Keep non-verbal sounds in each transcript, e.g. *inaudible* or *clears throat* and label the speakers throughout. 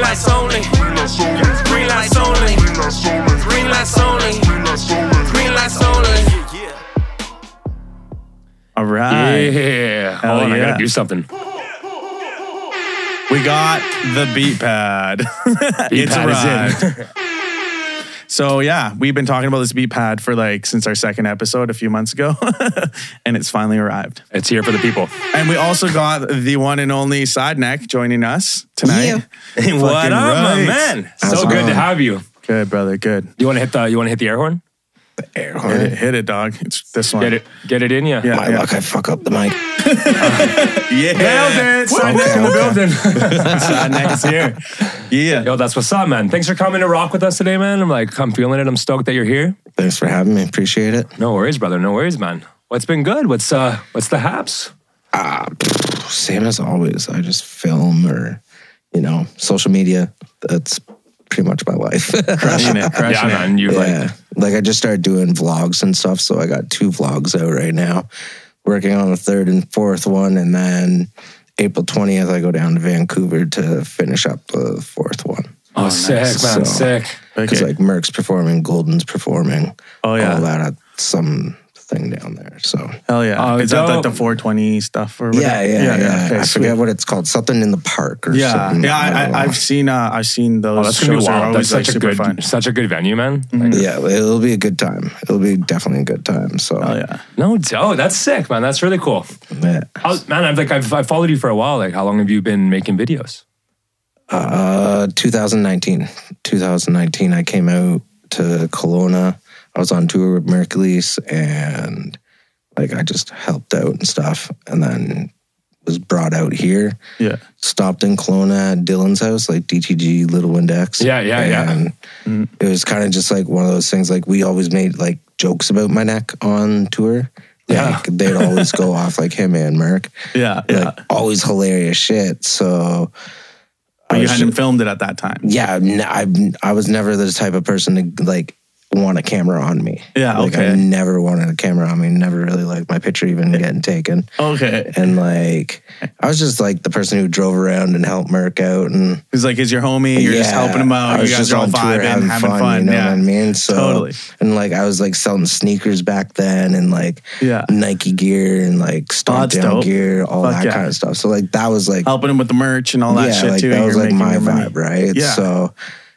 Speaker 1: lights only.
Speaker 2: Green lights only.
Speaker 1: Green lights only.
Speaker 2: Green lights
Speaker 1: Green lights only.
Speaker 2: only. Green lights only.
Speaker 1: Green lights only.
Speaker 3: All right.
Speaker 4: Yeah.
Speaker 3: Hell
Speaker 4: Hold on, I
Speaker 3: yeah.
Speaker 4: gotta do something.
Speaker 3: We got the beat pad. *laughs* it's
Speaker 4: pad is
Speaker 3: arrived. so yeah, we've been talking about this beat pad for like since our second episode a few months ago, *laughs* and it's finally arrived.
Speaker 4: It's here for the people.
Speaker 3: And we also got the one and only Side Neck joining us tonight.
Speaker 4: what up, my
Speaker 3: right.
Speaker 4: man?
Speaker 5: How's
Speaker 4: So
Speaker 5: it
Speaker 4: good to
Speaker 5: going?
Speaker 4: have you.
Speaker 3: Good brother, good.
Speaker 4: You want to hit the you want to hit the air horn?
Speaker 5: Air
Speaker 3: Hit
Speaker 5: horn.
Speaker 3: it, hit it, dog. It's this one.
Speaker 4: Get it get it in you.
Speaker 3: Yeah,
Speaker 5: My
Speaker 3: yeah.
Speaker 5: luck, I fuck up the mic.
Speaker 3: Yeah. Nailed it. Side
Speaker 5: Okay,
Speaker 3: Neck.
Speaker 5: okay.
Speaker 3: Side Neck is here. Yeah.
Speaker 4: Yo, that's what's up, man. Thanks for coming to rock with us today, man. I'm like, I'm feeling it. I'm stoked that you're here.
Speaker 5: Thanks for having me. Appreciate it.
Speaker 4: No worries, brother. No worries, man. What's been good? What's uh what's the haps?
Speaker 5: Same as always. I just film or, you know, social media. That's pretty much
Speaker 3: *laughs*
Speaker 5: my life.
Speaker 3: Crushing it,
Speaker 4: yeah,
Speaker 3: crushing it.
Speaker 4: man. You're
Speaker 5: yeah.
Speaker 4: like
Speaker 5: Like I just started doing vlogs and stuff. So I got two vlogs out right now. Working on the third and fourth one. And then April 20th, I go down to Vancouver to finish up the fourth one.
Speaker 4: oh, sick, man.
Speaker 5: So-
Speaker 4: Sick.
Speaker 5: Because
Speaker 3: Okay.
Speaker 5: like Merck's performing, Golden's performing.
Speaker 3: Oh, yeah.
Speaker 5: All that at some thing down there. So
Speaker 3: Hell yeah.
Speaker 4: Oh,
Speaker 3: Is that like
Speaker 4: dope.
Speaker 3: the 420 stuff or whatever?
Speaker 5: Yeah, yeah, yeah.
Speaker 3: Okay,
Speaker 5: I
Speaker 3: sweet.
Speaker 5: forget what it's called. Something in the park or
Speaker 3: Yeah,
Speaker 5: something.
Speaker 3: yeah. I, I, I've seen. Uh, I've seen those.
Speaker 4: Oh, that's gonna
Speaker 3: shows
Speaker 4: be
Speaker 3: are
Speaker 4: wild.
Speaker 3: always
Speaker 4: That's
Speaker 3: like
Speaker 4: such a
Speaker 3: super
Speaker 4: good
Speaker 3: fun.
Speaker 4: such a good venue, man. Like,
Speaker 5: yeah, it'll be a good time. It'll be definitely a good time. So
Speaker 3: Oh yeah.
Speaker 4: no doubt. That's sick, man. That's really cool.
Speaker 5: yeah.
Speaker 4: How, Oh, man, I've like I've, I've followed you for a while. Like, how long have you been making videos?
Speaker 5: Uh, 2019, 2019. I came out to Kelowna. I was on tour with Mercules, and like I just helped out and stuff, and then was brought out here.
Speaker 3: Yeah.
Speaker 5: stopped in Kelowna at Dylan's house, like DTG Little Windex.
Speaker 4: Yeah, yeah, yeah.
Speaker 5: and It was kind of just like one of those things. Like we always made like jokes about my neck on tour.
Speaker 4: Yeah.
Speaker 5: Like, they'd always go off like him and Merc.
Speaker 3: Yeah. Yeah.
Speaker 5: Like always hilarious shit. So
Speaker 3: but you
Speaker 5: was
Speaker 3: hadn't
Speaker 5: just-
Speaker 3: filmed it at that time.
Speaker 5: yeah, I'm n- I'm- I was never the type of person to like want a camera on me.
Speaker 3: Yeah,
Speaker 5: Like I
Speaker 3: okay.
Speaker 5: never wanted a camera on me. Never really liked my picture even getting taken
Speaker 3: Okay.
Speaker 5: and like I was just like the person who drove around and helped Merc out and
Speaker 3: He's like, is your homie? You're just
Speaker 5: yeah,
Speaker 3: helping him out.
Speaker 5: I
Speaker 3: You
Speaker 5: was
Speaker 3: guys
Speaker 5: just
Speaker 3: are all
Speaker 5: on tour
Speaker 3: vibing, having, fun.
Speaker 5: You know
Speaker 3: yeah.
Speaker 5: what I mean? So
Speaker 3: Totally.
Speaker 5: and like I was like selling sneakers back then and like
Speaker 3: Yeah.
Speaker 5: Nike gear and
Speaker 3: Oh,
Speaker 5: like
Speaker 3: that's
Speaker 5: Stompdown
Speaker 3: dope.
Speaker 5: gear, all
Speaker 3: Fuck
Speaker 5: that
Speaker 3: yeah.
Speaker 5: kind of stuff. So like that was like
Speaker 3: Helping him with the merch and all that shit
Speaker 5: like,
Speaker 3: too.
Speaker 5: That
Speaker 3: and
Speaker 5: was
Speaker 3: you're
Speaker 5: like
Speaker 3: making
Speaker 5: my
Speaker 3: your money.
Speaker 5: vibe, right?
Speaker 3: Yeah.
Speaker 5: So,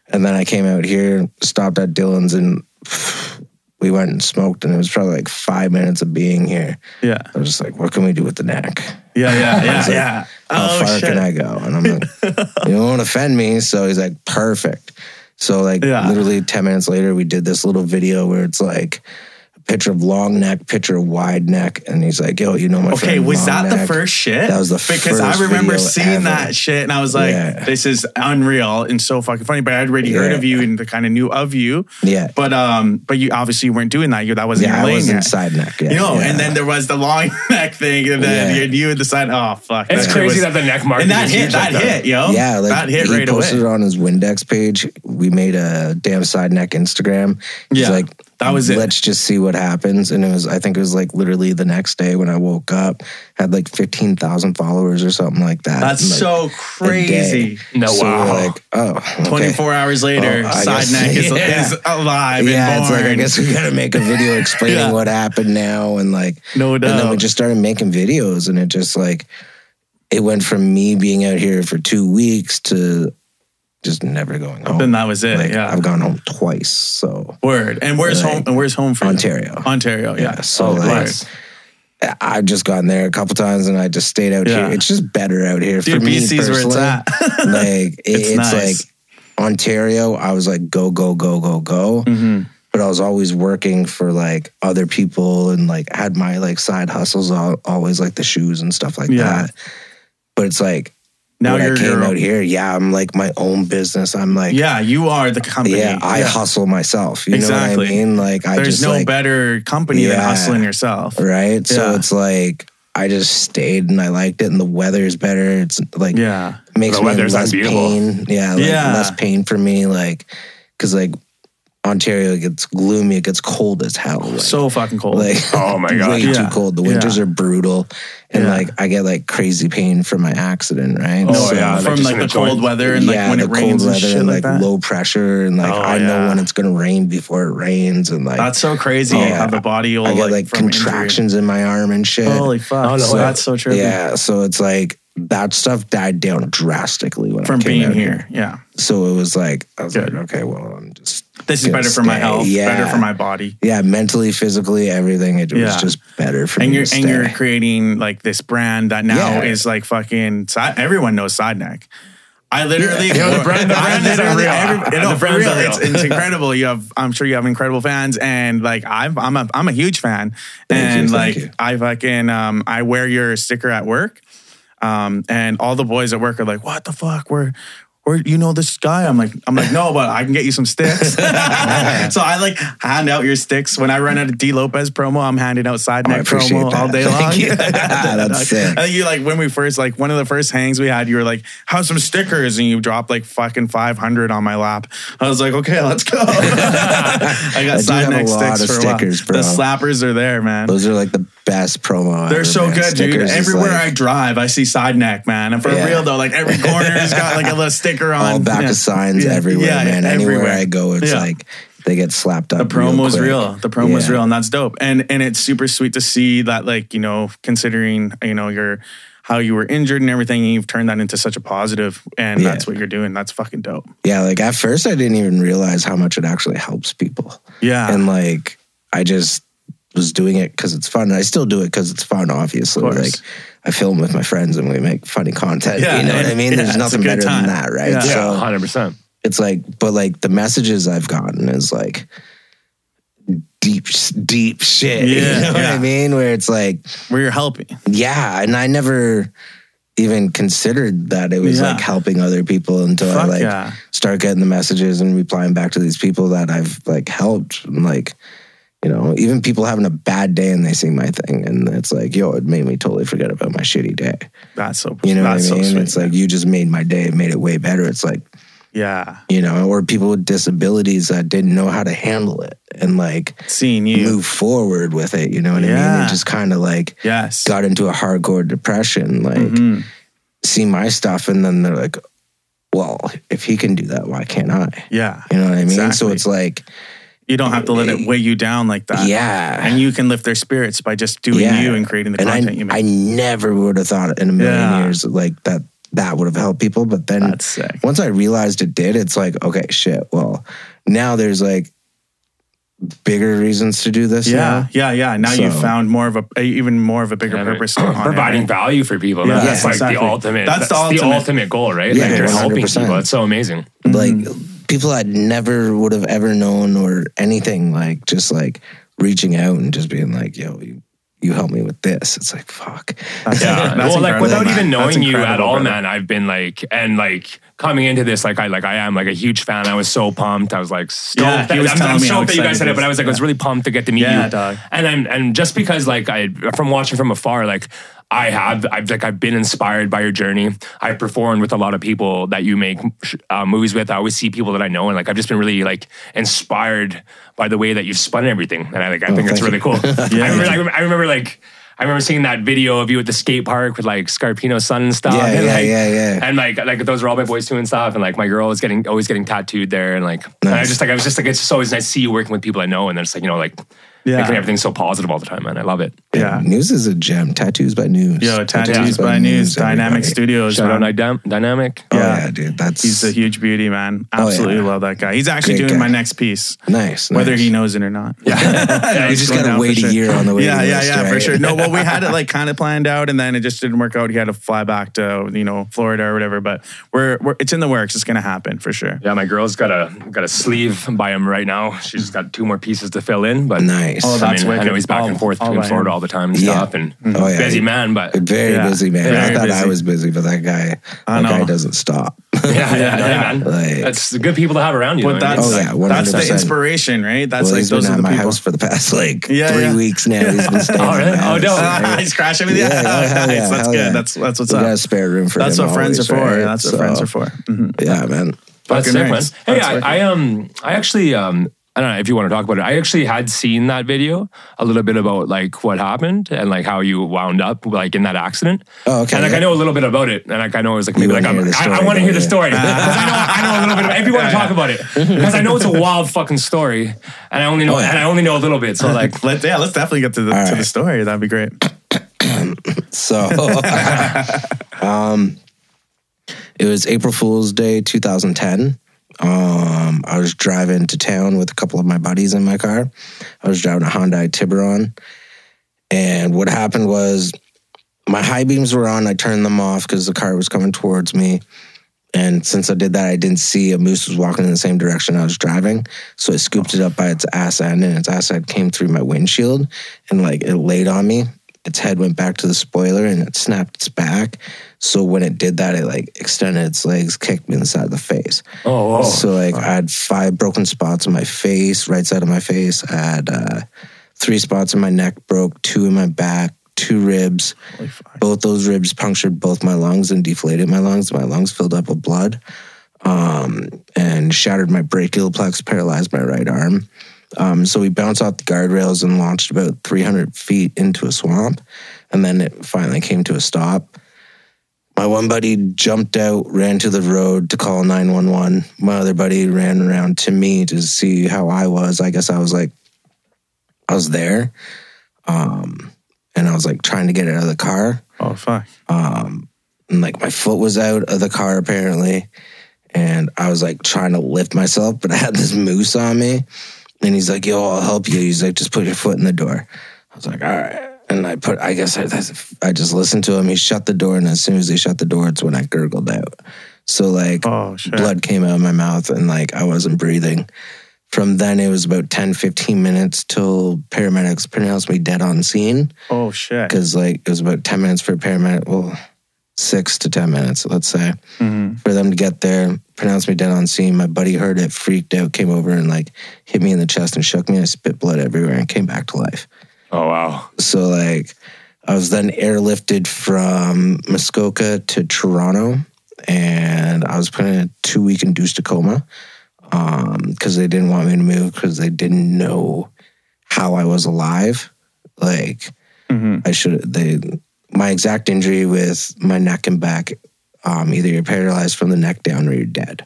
Speaker 5: and then I came out here, stopped at Dylan's, and we went and smoked, and it was probably like five minutes of being here.
Speaker 3: Yeah.
Speaker 5: I was just like, what can we do with the neck? *laughs*
Speaker 3: Yeah. Yeah. Yeah.
Speaker 5: was like,
Speaker 3: yeah.
Speaker 5: How
Speaker 3: Oh
Speaker 5: far
Speaker 3: shit.
Speaker 5: can I go? And I'm
Speaker 3: *laughs*
Speaker 5: like, you won't offend me. So he's like, perfect. So like
Speaker 3: Yeah.
Speaker 5: literally 10 minutes later, we did this little video where it's like a picture of long neck, picture of wide neck. And he's like, yo, you know my
Speaker 3: Okay,
Speaker 5: friend
Speaker 3: was
Speaker 5: long
Speaker 3: that the
Speaker 5: neck?
Speaker 3: first shit?
Speaker 5: That was the
Speaker 3: because I
Speaker 5: first
Speaker 3: remember
Speaker 5: video
Speaker 3: seeing
Speaker 5: ever.
Speaker 3: that shit and I was like,
Speaker 5: Yeah.
Speaker 3: "This is unreal and so fucking funny." But I'd already heard
Speaker 5: Yeah.
Speaker 3: of you and kind of knew of you.
Speaker 5: Yeah.
Speaker 3: But um, but you obviously weren't doing that. You that wasn't
Speaker 5: Yeah,
Speaker 3: your
Speaker 5: I
Speaker 3: lane
Speaker 5: was
Speaker 3: yet.
Speaker 5: inside neck. Yeah,
Speaker 3: You know,
Speaker 5: yeah.
Speaker 3: and then there was the long *laughs* neck thing, and then
Speaker 5: Yeah.
Speaker 3: you you and the side. Oh fuck,
Speaker 4: It's
Speaker 3: shit
Speaker 4: crazy
Speaker 3: was-
Speaker 4: that the neck market
Speaker 3: and that
Speaker 4: is
Speaker 3: hit,
Speaker 4: huge
Speaker 3: that
Speaker 4: like
Speaker 3: hit, yo,
Speaker 5: Yeah, like
Speaker 3: that Oh, hit
Speaker 5: he
Speaker 3: right
Speaker 5: posted
Speaker 3: away.
Speaker 5: it on his Windex page. We made a damn side neck Instagram. He's
Speaker 3: Yeah,
Speaker 5: like
Speaker 3: that was it.
Speaker 5: Let's just see what happens. And it was, I think it was like literally the next day when I woke up, had like fifteen thousand followers or something like that.
Speaker 3: That's
Speaker 5: in, like,
Speaker 3: so
Speaker 5: a day.
Speaker 3: crazy.
Speaker 4: No,
Speaker 5: so we're
Speaker 4: wow.
Speaker 5: Like, oh, okay.
Speaker 3: Twenty four hours later,
Speaker 5: Well, Oh, I
Speaker 3: side
Speaker 5: guess-
Speaker 3: neck is,
Speaker 5: *laughs* yeah.
Speaker 3: is alive
Speaker 5: Yeah,
Speaker 3: and
Speaker 5: it's
Speaker 3: born.
Speaker 5: like I guess we gotta make a
Speaker 3: *laughs*
Speaker 5: video explaining
Speaker 3: Yeah.
Speaker 5: what happened now and like
Speaker 3: No
Speaker 5: And then we
Speaker 3: doubt.
Speaker 5: just started making videos and it just like it went from me being out here for two weeks to just never going home.
Speaker 3: then that was it.
Speaker 5: Like,
Speaker 3: yeah,
Speaker 5: I've gone home twice. So
Speaker 3: word. And where's
Speaker 5: Like,
Speaker 3: home? And where's home from?
Speaker 5: Ontario.
Speaker 3: Ontario. Yeah.
Speaker 5: yeah. So
Speaker 4: Oh,
Speaker 5: like
Speaker 4: nice.
Speaker 5: I've just gone there a couple times and I just stayed out
Speaker 3: Yeah.
Speaker 5: here. It's just better out here
Speaker 3: Dude,
Speaker 5: for me
Speaker 3: BC's where it's
Speaker 5: personally.
Speaker 3: at. *laughs*
Speaker 5: *laughs* like it-
Speaker 3: It's
Speaker 5: it's,
Speaker 3: nice.
Speaker 5: like Ontario. I was like go go go go go. But I was always working for like other people and like had my like side hustles, al- always like the shoes and stuff like
Speaker 3: Yeah.
Speaker 5: that. But it's like
Speaker 3: Now
Speaker 5: when I
Speaker 3: you're
Speaker 5: came
Speaker 3: your
Speaker 5: out
Speaker 3: own-
Speaker 5: here, yeah, I'm like my own business. I'm like, yeah,
Speaker 3: Yeah, you are the company.
Speaker 5: I hustle myself. You
Speaker 3: Exactly.
Speaker 5: know what I mean? Like I
Speaker 3: There's
Speaker 5: just
Speaker 3: no
Speaker 5: like,
Speaker 3: better company than
Speaker 5: Yeah.
Speaker 3: hustling yourself.
Speaker 5: right? So
Speaker 3: Yeah.
Speaker 5: it's like I just stayed and I liked it, and the weather is better. It's like
Speaker 3: Yeah.
Speaker 5: makes
Speaker 4: The
Speaker 5: me
Speaker 4: weather's
Speaker 5: less
Speaker 4: beautiful.
Speaker 5: pain. Yeah, like
Speaker 3: Yeah.
Speaker 5: less pain for me. Like, cause like Ontario, it gets gloomy. It gets cold as hell. Like,
Speaker 3: so fucking cold.
Speaker 5: like
Speaker 4: *laughs* Oh my God.
Speaker 5: *laughs* way
Speaker 3: Yeah.
Speaker 5: too cold. The winters
Speaker 3: Yeah.
Speaker 5: are brutal, and
Speaker 3: Yeah.
Speaker 5: like I get like crazy pain from my accident. Right?
Speaker 4: Oh, yeah, like
Speaker 3: from
Speaker 4: just
Speaker 3: like
Speaker 4: in
Speaker 3: the
Speaker 4: the joint.
Speaker 3: cold weather and like
Speaker 5: yeah,
Speaker 3: when
Speaker 5: the
Speaker 3: it rains
Speaker 5: cold
Speaker 3: and
Speaker 5: weather
Speaker 3: shit
Speaker 5: and
Speaker 3: like,
Speaker 5: like,
Speaker 3: that.
Speaker 5: low pressure, and like
Speaker 3: Oh,
Speaker 5: I know
Speaker 3: yeah.
Speaker 5: when it's gonna rain before it rains, and like
Speaker 3: That's so crazy.
Speaker 5: Oh,
Speaker 3: How
Speaker 5: yeah.
Speaker 3: the body will
Speaker 5: I get like
Speaker 3: from injury.
Speaker 5: contractions in my arm and shit.
Speaker 3: Holy fuck!
Speaker 4: Oh, no,
Speaker 3: so
Speaker 4: yeah.
Speaker 3: that's so trippy.
Speaker 5: yeah, so it's like that stuff died down drastically when
Speaker 3: From
Speaker 5: I came
Speaker 3: being
Speaker 5: out
Speaker 3: here, yeah,
Speaker 5: So it was like I was
Speaker 3: Good.
Speaker 5: like, okay, well, I'm just
Speaker 3: this is
Speaker 5: Gonna
Speaker 3: better for my
Speaker 5: stay,
Speaker 3: health.
Speaker 5: yeah.
Speaker 3: Better for my body.
Speaker 5: yeah, mentally, physically, everything. It
Speaker 3: Yeah.
Speaker 5: was just better for
Speaker 3: And
Speaker 5: me
Speaker 3: you're
Speaker 5: to
Speaker 3: and you're
Speaker 5: stay.
Speaker 3: creating like this brand that now
Speaker 5: Yeah.
Speaker 3: is like fucking. si- Everyone knows Side Neck. I literally,
Speaker 5: Yeah.
Speaker 3: *laughs*
Speaker 4: Yo, the brand- the
Speaker 3: I
Speaker 4: brand is
Speaker 3: literally-
Speaker 4: unreal.
Speaker 3: every- no,
Speaker 4: The
Speaker 3: for
Speaker 4: brand's
Speaker 3: real,
Speaker 4: unreal.
Speaker 3: it's, it's incredible. You have, I'm sure you have incredible fans, and like I'm, I'm a, I'm a huge fan,
Speaker 5: Thank you,
Speaker 3: and
Speaker 5: thank
Speaker 3: like
Speaker 5: you.
Speaker 3: I fucking, um, I wear your sticker at work, um, and all the boys at work are like, "What the fuck? We're, we're, you know this guy?" I'm like, I'm like, no, but I can get you some sticks.
Speaker 5: *laughs*
Speaker 3: *laughs* so I like hand out your sticks when I run out of D Lopez promo. I'm handing out side
Speaker 5: Oh, I
Speaker 3: neck
Speaker 5: appreciate
Speaker 3: promo
Speaker 5: that.
Speaker 3: all day
Speaker 5: *laughs* Thank
Speaker 3: long. *laughs*
Speaker 5: you. That's sick.
Speaker 3: I think you like when we first like one of the first hangs we had. You were like, "How's some stickers?" and you dropped like fucking 500 on my lap. I was like, "Okay, let's go." *laughs* I
Speaker 5: I
Speaker 3: got
Speaker 5: do
Speaker 3: side
Speaker 5: have a
Speaker 3: neck
Speaker 5: lot
Speaker 3: sticks
Speaker 5: of
Speaker 3: for a while.
Speaker 5: stickers,
Speaker 3: The
Speaker 5: bro.
Speaker 3: slappers are there, man.
Speaker 5: Those are like the best promo.
Speaker 3: They're
Speaker 5: ever,
Speaker 3: so
Speaker 5: man.
Speaker 3: good,
Speaker 5: Stickers
Speaker 3: dude.
Speaker 5: is,
Speaker 3: Everywhere
Speaker 5: like,
Speaker 3: I drive, I see side neck, man. And for
Speaker 5: Yeah.
Speaker 3: real though, like every corner's got like a little sticker on.
Speaker 5: all back
Speaker 3: Yeah.
Speaker 5: to signs
Speaker 3: Yeah.
Speaker 5: everywhere,
Speaker 3: Yeah,
Speaker 5: man. Anywhere
Speaker 3: everywhere.
Speaker 5: I go, it's
Speaker 3: Yeah.
Speaker 5: like they get slapped up.
Speaker 3: The promo's
Speaker 5: quick.
Speaker 3: real. The promo's
Speaker 5: Yeah.
Speaker 3: real, and that's dope. And and it's super sweet to see that, like you know, considering you know your how you were injured and everything, and you've turned that into such a positive, and
Speaker 5: Yeah.
Speaker 3: that's what you're doing. That's fucking dope.
Speaker 5: Yeah, like at first I didn't even realize how much it actually helps people,
Speaker 3: Yeah,
Speaker 5: and like I just was doing it because it's fun. And I still do it because it's fun, obviously.
Speaker 3: course.
Speaker 5: Like I film with my friends and we make funny content.
Speaker 3: Yeah,
Speaker 5: you know what
Speaker 3: and-
Speaker 5: I mean?
Speaker 3: yeah, it's
Speaker 5: There's
Speaker 3: a
Speaker 5: nothing
Speaker 3: good
Speaker 5: better
Speaker 3: time.
Speaker 5: than that, right?
Speaker 3: Yeah.
Speaker 5: So
Speaker 4: Yeah, hundred percent.
Speaker 5: it's like, but like the messages I've gotten is like deep, deep shit. *laughs* you
Speaker 3: Yeah,
Speaker 5: know what
Speaker 3: yeah.
Speaker 5: I mean? Where it's like.
Speaker 3: where you're helping.
Speaker 5: Yeah, and I never even considered that it was
Speaker 3: Yeah.
Speaker 5: like helping other people until I
Speaker 3: Fuck
Speaker 5: like
Speaker 3: yeah.
Speaker 5: start getting the messages and replying back to these people that I've like helped and like you know even people having a bad day and they see my thing and it's like yo it made me totally forget about my shitty day
Speaker 3: That's so.
Speaker 5: you know
Speaker 3: that's
Speaker 5: what I mean
Speaker 3: so sweet.
Speaker 5: it's like you just made my day made it way better it's like
Speaker 3: yeah,
Speaker 5: you know or people with disabilities that didn't know how to handle it and like
Speaker 3: seeing you.
Speaker 5: move forward with it you know what I mean
Speaker 3: Yeah.
Speaker 5: it just kind of like
Speaker 3: Yes.
Speaker 5: got into a hardcore depression like
Speaker 3: Mhm.
Speaker 5: see my stuff and then they're like, well, if he can do that, why can't I?
Speaker 3: Yeah.
Speaker 5: You know what I mean? So
Speaker 3: Exactly.
Speaker 5: it's like,
Speaker 3: You don't have to let it weigh you down like that.
Speaker 5: yeah.
Speaker 3: And you can lift their spirits by just doing
Speaker 5: yeah.
Speaker 3: you and creating the
Speaker 5: And I-
Speaker 3: content you make.
Speaker 5: I never would have thought in a million
Speaker 3: Yeah.
Speaker 5: years like that that would have helped people. But then
Speaker 3: That's sick.
Speaker 5: once I realized it did, it's like, okay, shit. Well, now there's like bigger reasons to do this.
Speaker 3: Yeah, yeah, yeah. Now you've
Speaker 5: So-
Speaker 3: found more of a a- even more of a bigger
Speaker 4: Yeah, they're
Speaker 3: purpose. on it,
Speaker 4: *coughs* providing
Speaker 3: right?
Speaker 4: value for people. man.
Speaker 3: Yeah,
Speaker 4: that's like
Speaker 3: exactly.
Speaker 4: the ultimate.
Speaker 3: That's
Speaker 4: That's,
Speaker 3: the
Speaker 4: the
Speaker 3: ultimate.
Speaker 4: ultimate, goal, right?
Speaker 5: Yeah,
Speaker 4: like you're helping
Speaker 5: 100%.
Speaker 4: people. It's so amazing.
Speaker 5: now.
Speaker 3: Mm-hmm.
Speaker 5: Like people I never would have ever known or anything, like just like reaching out and just being like, yo, you, you helped me with this. It's like, fuck.
Speaker 3: Uh,
Speaker 4: Yeah.
Speaker 3: That's
Speaker 4: well, like
Speaker 3: incredible,
Speaker 4: without
Speaker 3: man.
Speaker 4: even
Speaker 3: That's
Speaker 4: knowing you at
Speaker 3: incredible,
Speaker 4: all,
Speaker 3: brother.
Speaker 4: man, I've been like and like coming into this, like I like I am like a huge fan. I was so pumped. I was like stoked.
Speaker 3: Yeah, he was
Speaker 4: I'm,
Speaker 3: telling
Speaker 4: I'm
Speaker 3: me how
Speaker 4: stoked that you guys
Speaker 3: excited
Speaker 4: said
Speaker 3: he
Speaker 4: it, but I was like, I was really pumped to get to meet
Speaker 3: Yeah,
Speaker 4: you.
Speaker 3: dog.
Speaker 4: And I'm and just because like I from watching from afar, like I have I've like I've been inspired by your journey. I've performed with a lot of people that you make uh, movies with. I always see people that I know, and like I've just been really like inspired by the way that you've spun everything. And I like I
Speaker 3: Oh,
Speaker 4: think it's
Speaker 5: thank
Speaker 4: really
Speaker 3: *laughs*
Speaker 4: cool. I, remember, I, remember, I remember like. I remember seeing that video of you at the skate park with like Scarpino's son and stuff.
Speaker 5: Yeah,
Speaker 4: and,
Speaker 5: yeah,
Speaker 4: like,
Speaker 5: yeah, yeah.
Speaker 4: And like, like those were all my boys too and stuff. And like, my girl was getting always getting tattooed there. And like, and I
Speaker 5: Nice.
Speaker 4: was just like, I was just like, it's just always nice to see you working with people I know. And then it's like, you know, like
Speaker 3: Yeah.
Speaker 4: making everything so positive all the time, man. I love it.
Speaker 3: Yeah.
Speaker 5: News is a gem. Tattoos by News.
Speaker 3: Yo, tattoos by news, Dynamic
Speaker 5: everybody.
Speaker 3: Studios.
Speaker 4: Shout out
Speaker 3: man.
Speaker 4: Dynam- Dynamic.
Speaker 5: Oh,
Speaker 3: Yeah.
Speaker 5: yeah. dude. That's
Speaker 3: He's a huge beauty, man. Absolutely love that guy. He's actually
Speaker 5: Great
Speaker 3: doing
Speaker 5: Oh, guy.
Speaker 3: my next piece,
Speaker 5: nice.
Speaker 3: whether
Speaker 5: nice.
Speaker 3: he knows it or not.
Speaker 5: yeah, you just
Speaker 3: going down
Speaker 5: gotta
Speaker 3: for
Speaker 5: wait a
Speaker 3: sure.
Speaker 5: year on the way.
Speaker 3: yeah,
Speaker 5: to
Speaker 3: yeah,
Speaker 5: list,
Speaker 3: yeah, for
Speaker 5: right?
Speaker 3: sure. No, well, we had it
Speaker 5: *laughs*
Speaker 3: like kind of planned out, and then it just didn't work out. He had to fly back to you know Florida or whatever. But we're, we're it's in the works. It's gonna happen for sure.
Speaker 4: Yeah, my girl's got a got a sleeve by him right now. She's got two more pieces to fill in, but
Speaker 5: Nice.
Speaker 3: Oh,
Speaker 4: I
Speaker 3: that's
Speaker 4: mean, I know
Speaker 3: wicked.
Speaker 4: he's back
Speaker 3: All-
Speaker 4: and forth
Speaker 3: all
Speaker 4: between
Speaker 3: by
Speaker 4: Florida
Speaker 3: him.
Speaker 4: all the time and
Speaker 5: Yeah.
Speaker 4: stuff, and
Speaker 5: Oh, yeah.
Speaker 4: busy man. But
Speaker 5: Very
Speaker 3: Yeah.
Speaker 5: busy man.
Speaker 3: Very
Speaker 5: I thought I
Speaker 3: busy.
Speaker 5: was busy, but that guy,
Speaker 3: I
Speaker 5: that guy
Speaker 3: know. *laughs*
Speaker 5: doesn't stop.
Speaker 4: *laughs* yeah, yeah,
Speaker 3: Yeah.
Speaker 5: *laughs*
Speaker 4: man.
Speaker 5: Like-
Speaker 4: that's good people to have around you.
Speaker 3: But
Speaker 4: though, I mean.
Speaker 3: that's
Speaker 5: Oh, yeah,
Speaker 3: that's the
Speaker 5: 100%.
Speaker 3: inspiration, right? That's
Speaker 5: well,
Speaker 3: like
Speaker 5: he's been
Speaker 3: those are
Speaker 5: at
Speaker 3: the
Speaker 5: my
Speaker 3: people. *laughs*
Speaker 5: house for the past like
Speaker 3: Yeah,
Speaker 5: three
Speaker 3: yeah.
Speaker 5: weeks now. He's
Speaker 3: *laughs*
Speaker 5: been staying.
Speaker 4: Oh,
Speaker 5: at
Speaker 4: really?
Speaker 5: my
Speaker 4: Oh,
Speaker 5: house.
Speaker 4: dope.
Speaker 5: Right?
Speaker 3: He's crashing with you.
Speaker 5: *laughs* Yeah,
Speaker 3: Oh, *laughs*
Speaker 5: hell
Speaker 3: nice.
Speaker 5: yeah,
Speaker 3: That's
Speaker 5: hell
Speaker 3: good.
Speaker 5: yeah.
Speaker 3: That's that's what's
Speaker 5: We got a
Speaker 3: up.
Speaker 5: spare room for
Speaker 3: That's
Speaker 5: him
Speaker 3: what friends
Speaker 5: always,
Speaker 3: are for.
Speaker 5: right?
Speaker 3: That's what
Speaker 5: So,
Speaker 3: friends are for. Mhm.
Speaker 5: Yeah, man.
Speaker 4: That's
Speaker 3: Fucking
Speaker 4: sick,
Speaker 3: nice.
Speaker 4: man. Hey,
Speaker 3: That's
Speaker 4: I,
Speaker 3: wicked.
Speaker 4: I um, I actually um, I don't know if you want to talk about it. I actually had seen that video a little bit about like what happened and like how you wound up like in that accident.
Speaker 5: Oh, okay,
Speaker 4: And like
Speaker 5: yeah.
Speaker 4: I know a little bit about it, and like I know it was like maybe like
Speaker 5: wanna
Speaker 4: I'm,
Speaker 5: hear the
Speaker 4: I, I
Speaker 5: story,
Speaker 4: want to
Speaker 5: don't
Speaker 4: hear the
Speaker 5: you?
Speaker 4: story because I know I know a little bit. About, if you
Speaker 5: *laughs*
Speaker 4: want to talk about it, because I know it's a wild fucking story, and I only know
Speaker 5: Oh, yeah.
Speaker 4: and I only know a little bit.
Speaker 5: *laughs*
Speaker 4: So like
Speaker 3: Let, yeah, let's definitely get to the, to the
Speaker 5: right.
Speaker 3: story. That'd be great.
Speaker 5: So, *laughs* um, it was April Fool's Day 2010. Um, I was driving to town with a couple of my buddies in my car. I was driving a Hyundai Tiburon. And what happened was my high beams were on. I turned them off because the car was coming towards me. And since I did that, I didn't see a moose was walking in the same direction I was driving. So I scooped it up by its ass end, and its ass end came through my windshield and like it laid on me. Its head went back to the spoiler and it snapped its back. So when it did that, it like extended its legs, kicked me in the side of the face.
Speaker 4: oh,
Speaker 5: So like I had five broken spots in my face, right side of my face. I had uh, three spots in my neck broke, two in my back, two ribs. Both those ribs punctured both my lungs and deflated my lungs. My lungs filled up with blood um, and shattered my brachial plex, paralyzed my right arm. Um, so we bounced off the guardrails and launched about 300 feet into a swamp. And then it finally came to a stop. My one buddy jumped out, ran to the road to call 911. My other buddy ran around to me to see how I was. I guess I was like, I was there. Um, and I was like trying to get out of the car.
Speaker 3: Oh fuck!
Speaker 5: And like my foot was out of the car apparently. And I was like trying to lift myself, but I had this moose on me. And he's like, yo, I'll help you. He's like, just put your foot in the door. I was like, all right. And I put, I guess I, I just listened to him. He shut the door. And as soon as he shut the door, it's when I gurgled out. So like,
Speaker 3: Oh shit!
Speaker 5: blood came out of my mouth and like I wasn't breathing. From then, it was about 10, 15 minutes till paramedics pronounced me dead on scene
Speaker 3: Oh shit!
Speaker 5: because like it was about 10 minutes for a paramedic. Well, six to 10 minutes, let's say,
Speaker 3: Mm-hmm.
Speaker 5: for them to get there, pronounce me dead on scene. My buddy heard it, freaked out, came over and like hit me in the chest and shook me. I spit blood everywhere and came back to life.
Speaker 4: oh
Speaker 5: *laughs*
Speaker 4: wow,
Speaker 5: So like I was then airlifted from Muskoka to Toronto and I was put in a two week induced coma because they didn't want me to move because they didn't know how I was alive. Like
Speaker 3: Mm-hmm.
Speaker 5: I should they my exact injury with my neck and back, um, either you're paralyzed from the neck down or you're dead.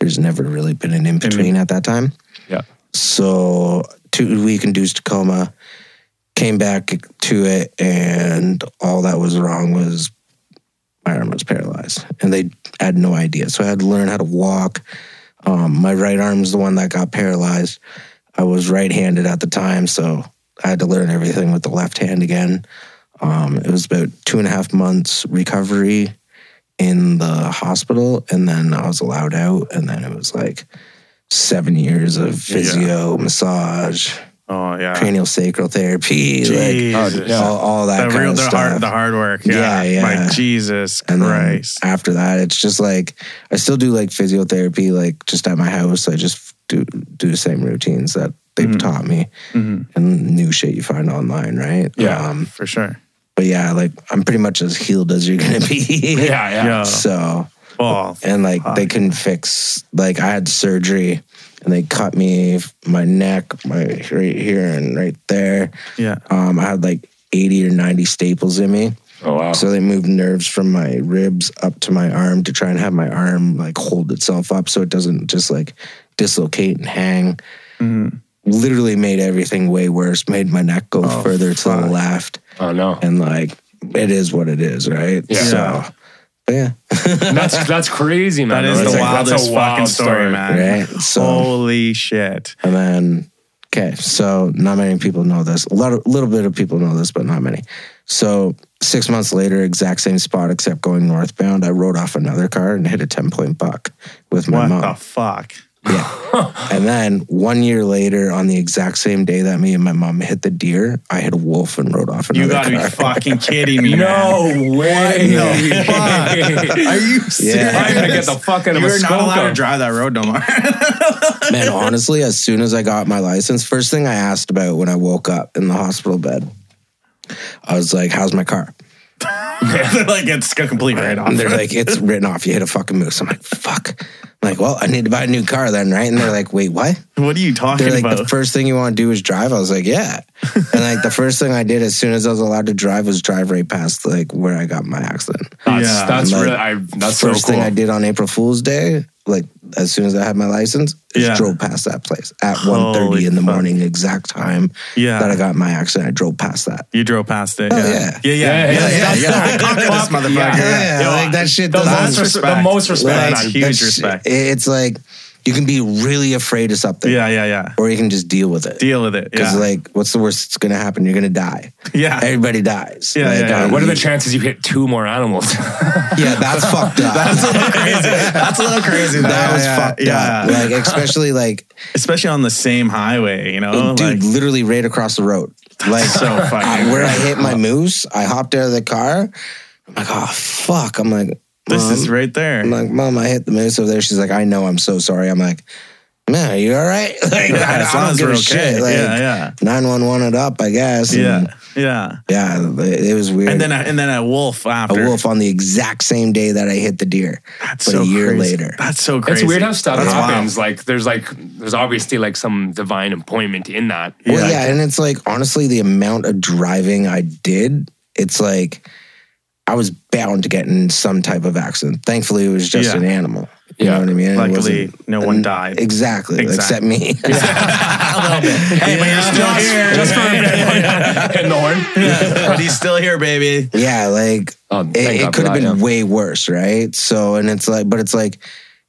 Speaker 5: There's never really been an in between at that time.
Speaker 4: yeah,
Speaker 5: So two week induced coma, came back to it, and all that was wrong was my arm was paralyzed, and they had no idea. So I had to learn how to walk. Um, my right arm's the one that got paralyzed. I was right-handed at the time, so I had to learn everything with the left hand again. Um, it was about two and a half months recovery in the hospital, and then I was allowed out, and then it was like seven years of physio, massage,
Speaker 3: Oh yeah!
Speaker 5: cranial sacral therapy,
Speaker 3: Jesus.
Speaker 5: like all, all that
Speaker 3: the
Speaker 5: kind
Speaker 3: real,
Speaker 5: of
Speaker 3: the
Speaker 5: stuff.
Speaker 3: hard, the hard work. Yeah,
Speaker 5: Yeah, yeah.
Speaker 3: Like Jesus
Speaker 5: and then
Speaker 3: Christ.
Speaker 5: after that, it's just like I still do like physiotherapy, like just at my house. I just do do the same routines that they've
Speaker 3: Mm-hmm.
Speaker 5: taught me and new shit you find online, right?
Speaker 4: Yeah.
Speaker 5: Um,
Speaker 3: for sure.
Speaker 5: but yeah, like I'm pretty much as healed as you're gonna be.
Speaker 4: yeah, yeah.
Speaker 3: Yeah.
Speaker 5: *laughs* So
Speaker 3: Oh,
Speaker 5: and like they couldn't fix like I had surgery and they cut me my neck, my right here and right there.
Speaker 3: yeah.
Speaker 5: Um, I had like 80 or 90 staples in me.
Speaker 4: Oh wow.
Speaker 5: So they moved nerves from my ribs up to my arm to try and have my arm like hold itself up so it doesn't just like dislocate and hang. Literally made everything way worse, made my neck go further to the left.
Speaker 4: oh no.
Speaker 5: And like, it is what it is, right?
Speaker 4: Yeah.
Speaker 5: So, but yeah.
Speaker 4: That's that's crazy, man.
Speaker 3: That is
Speaker 4: That's
Speaker 3: the
Speaker 4: like- that's a
Speaker 3: wildest
Speaker 4: wild
Speaker 3: fucking story, man.
Speaker 5: Right. So,
Speaker 3: Holy shit!
Speaker 5: And then, okay, so not many people know this. A lot of, little bit of people know this, but not many. So six months later, exact same spot, except going northbound, I rode off another car and hit a 10 point buck with my
Speaker 3: What
Speaker 5: mom.
Speaker 3: the fuck?
Speaker 5: And then one year later, on the exact same day that me and my mom hit the deer, I hit a wolf and rode off another
Speaker 3: You gotta be
Speaker 5: car.
Speaker 3: fucking kidding
Speaker 5: *laughs*
Speaker 3: me, man.
Speaker 4: No way.
Speaker 3: Are you serious?
Speaker 4: *laughs* I'm gonna get the fuck out of
Speaker 3: You're
Speaker 4: a
Speaker 3: not allowed to
Speaker 4: Skokie.
Speaker 3: drive that road no more.
Speaker 5: *laughs* Man, honestly, as soon as I got my license, first thing I asked about when I woke up in the hospital bed, I was like, "How's my car?"
Speaker 3: *laughs* They're like, it's a complete
Speaker 5: *laughs*
Speaker 3: write off.
Speaker 5: And they're like, it's written off. You hit a fucking moose. I'm like, fuck. I'm like, well, I need to buy a new car then, right? And they're like, wait, what?
Speaker 3: *laughs* what are you talking
Speaker 5: They're like,
Speaker 3: about?
Speaker 5: the first thing you want to do is drive. I was like, yeah. and like the first thing I did as soon as I was allowed to drive was drive right past like where I got my accident.
Speaker 4: That's,
Speaker 3: Yeah.
Speaker 4: that's
Speaker 5: Like,
Speaker 4: really, I, that's so
Speaker 5: first
Speaker 4: cool.
Speaker 5: thing I did on April Fool's Day, like as soon as I had my license, is
Speaker 3: Yeah.
Speaker 5: drove past that place at
Speaker 3: Holy
Speaker 5: 1.30 in the
Speaker 3: fuck.
Speaker 5: morning, exact time
Speaker 3: Yeah.
Speaker 5: that I got in my accident. I drove past that.
Speaker 3: you drove past it.
Speaker 5: yeah.
Speaker 3: Yeah, yeah. yeah,
Speaker 4: Yeah, yeah,
Speaker 3: that's-
Speaker 5: yeah.
Speaker 3: I conquered this motherfucker.
Speaker 4: Yeah.
Speaker 5: Yeah, like, that shit
Speaker 4: The
Speaker 5: doesn't-
Speaker 4: most, res- the
Speaker 3: Respect.
Speaker 4: most respect.
Speaker 3: Like,
Speaker 4: on-
Speaker 3: huge
Speaker 5: That's-
Speaker 3: respect.
Speaker 5: It's like you can be really afraid of something,
Speaker 3: Yeah, yeah, yeah.
Speaker 5: or you can just deal with it.
Speaker 3: Deal with it.
Speaker 5: Because
Speaker 3: Yeah.
Speaker 5: like, what's the worst that's gonna happen? You're gonna die.
Speaker 3: yeah.
Speaker 5: Everybody dies.
Speaker 3: Yeah,
Speaker 5: Like,
Speaker 3: yeah, yeah.
Speaker 5: uh,
Speaker 4: What are the
Speaker 5: you-
Speaker 4: chances you hit two more animals? *laughs*
Speaker 5: Yeah, that's
Speaker 3: *laughs*
Speaker 5: fucked up.
Speaker 3: That's a little crazy. That's a little crazy. though.
Speaker 5: that was
Speaker 3: Yeah,
Speaker 5: fucked
Speaker 3: yeah.
Speaker 5: up. Like, especially like,
Speaker 3: *laughs* Especially on the same highway, you know?
Speaker 5: dude,
Speaker 3: Oh, like,
Speaker 5: literally right across the road. Like,
Speaker 3: so fucking.
Speaker 5: where *laughs* I hit my moose, I hopped out of the car. I'm like, oh fuck. I'm like,
Speaker 3: this
Speaker 5: Mom.
Speaker 3: is right there.
Speaker 5: I'm like, mom, I hit the moose over there. She's like, I know. I'm so sorry. I'm like, man, are you all right? *laughs*
Speaker 3: *laughs*
Speaker 5: Like, I,
Speaker 3: Yeah,
Speaker 5: I
Speaker 3: as long
Speaker 5: don't
Speaker 3: as
Speaker 5: give
Speaker 3: we're
Speaker 5: a
Speaker 3: okay.
Speaker 5: shit. Like,
Speaker 3: yeah, yeah.
Speaker 5: 911 it up, I guess. And
Speaker 3: Yeah, yeah.
Speaker 5: Yeah, it it was weird.
Speaker 3: And then a, and then a wolf
Speaker 5: a
Speaker 3: after.
Speaker 5: wolf on the exact same day that I hit the deer.
Speaker 3: That's
Speaker 5: but
Speaker 3: so
Speaker 5: a year
Speaker 3: crazy.
Speaker 5: later.
Speaker 3: That's so crazy.
Speaker 4: It's
Speaker 5: *laughs*
Speaker 4: weird how stuff
Speaker 3: That's wild.
Speaker 4: happens. Like there's like there's obviously like some divine appointment in that.
Speaker 5: Well,
Speaker 3: Yeah.
Speaker 5: yeah, and it's like honestly, the amount of driving I did, it's like I was bound to get in some type of accident. Thankfully, it was just
Speaker 3: Yeah.
Speaker 5: an animal. You
Speaker 4: Yeah.
Speaker 5: know what I mean? It
Speaker 3: Luckily,
Speaker 5: wasn't-
Speaker 3: no one died.
Speaker 5: Exactly, except
Speaker 3: Exactly.
Speaker 5: me.
Speaker 3: Hey, but you're still
Speaker 4: Just-
Speaker 3: here.
Speaker 4: Just for
Speaker 3: *laughs*
Speaker 4: a minute, *laughs* hitting the horn.
Speaker 3: but he's still here, baby.
Speaker 5: yeah, like
Speaker 4: Oh, thank
Speaker 5: it,
Speaker 4: God
Speaker 5: it
Speaker 4: for
Speaker 5: could
Speaker 4: that,
Speaker 5: have been
Speaker 4: yeah.
Speaker 5: way worse, right? So, and it's like, but it's like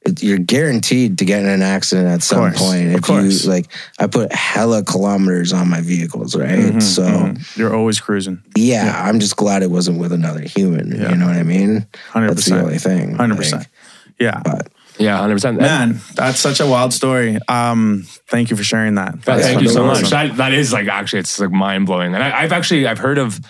Speaker 5: it, you're guaranteed to get in an accident at some
Speaker 3: course,
Speaker 5: point.
Speaker 3: of
Speaker 5: If
Speaker 3: course.
Speaker 5: you like, I put hella kilometers on my vehicles, right? so,
Speaker 3: You're always cruising.
Speaker 5: yeah, I'm just glad it wasn't with another human.
Speaker 3: Yeah.
Speaker 5: You know what I mean?
Speaker 3: 100%.
Speaker 5: That's the only thing.
Speaker 3: 100%.
Speaker 5: Like,
Speaker 3: yeah.
Speaker 5: but
Speaker 4: Yeah, hundred percent.
Speaker 3: Man, that's such a wild story. Um, thank you for sharing that. That's
Speaker 4: Thank you so
Speaker 3: fucking
Speaker 4: much.
Speaker 3: awesome.
Speaker 4: That, that is like actually it's like mind blowing. And I, I've actually I've heard of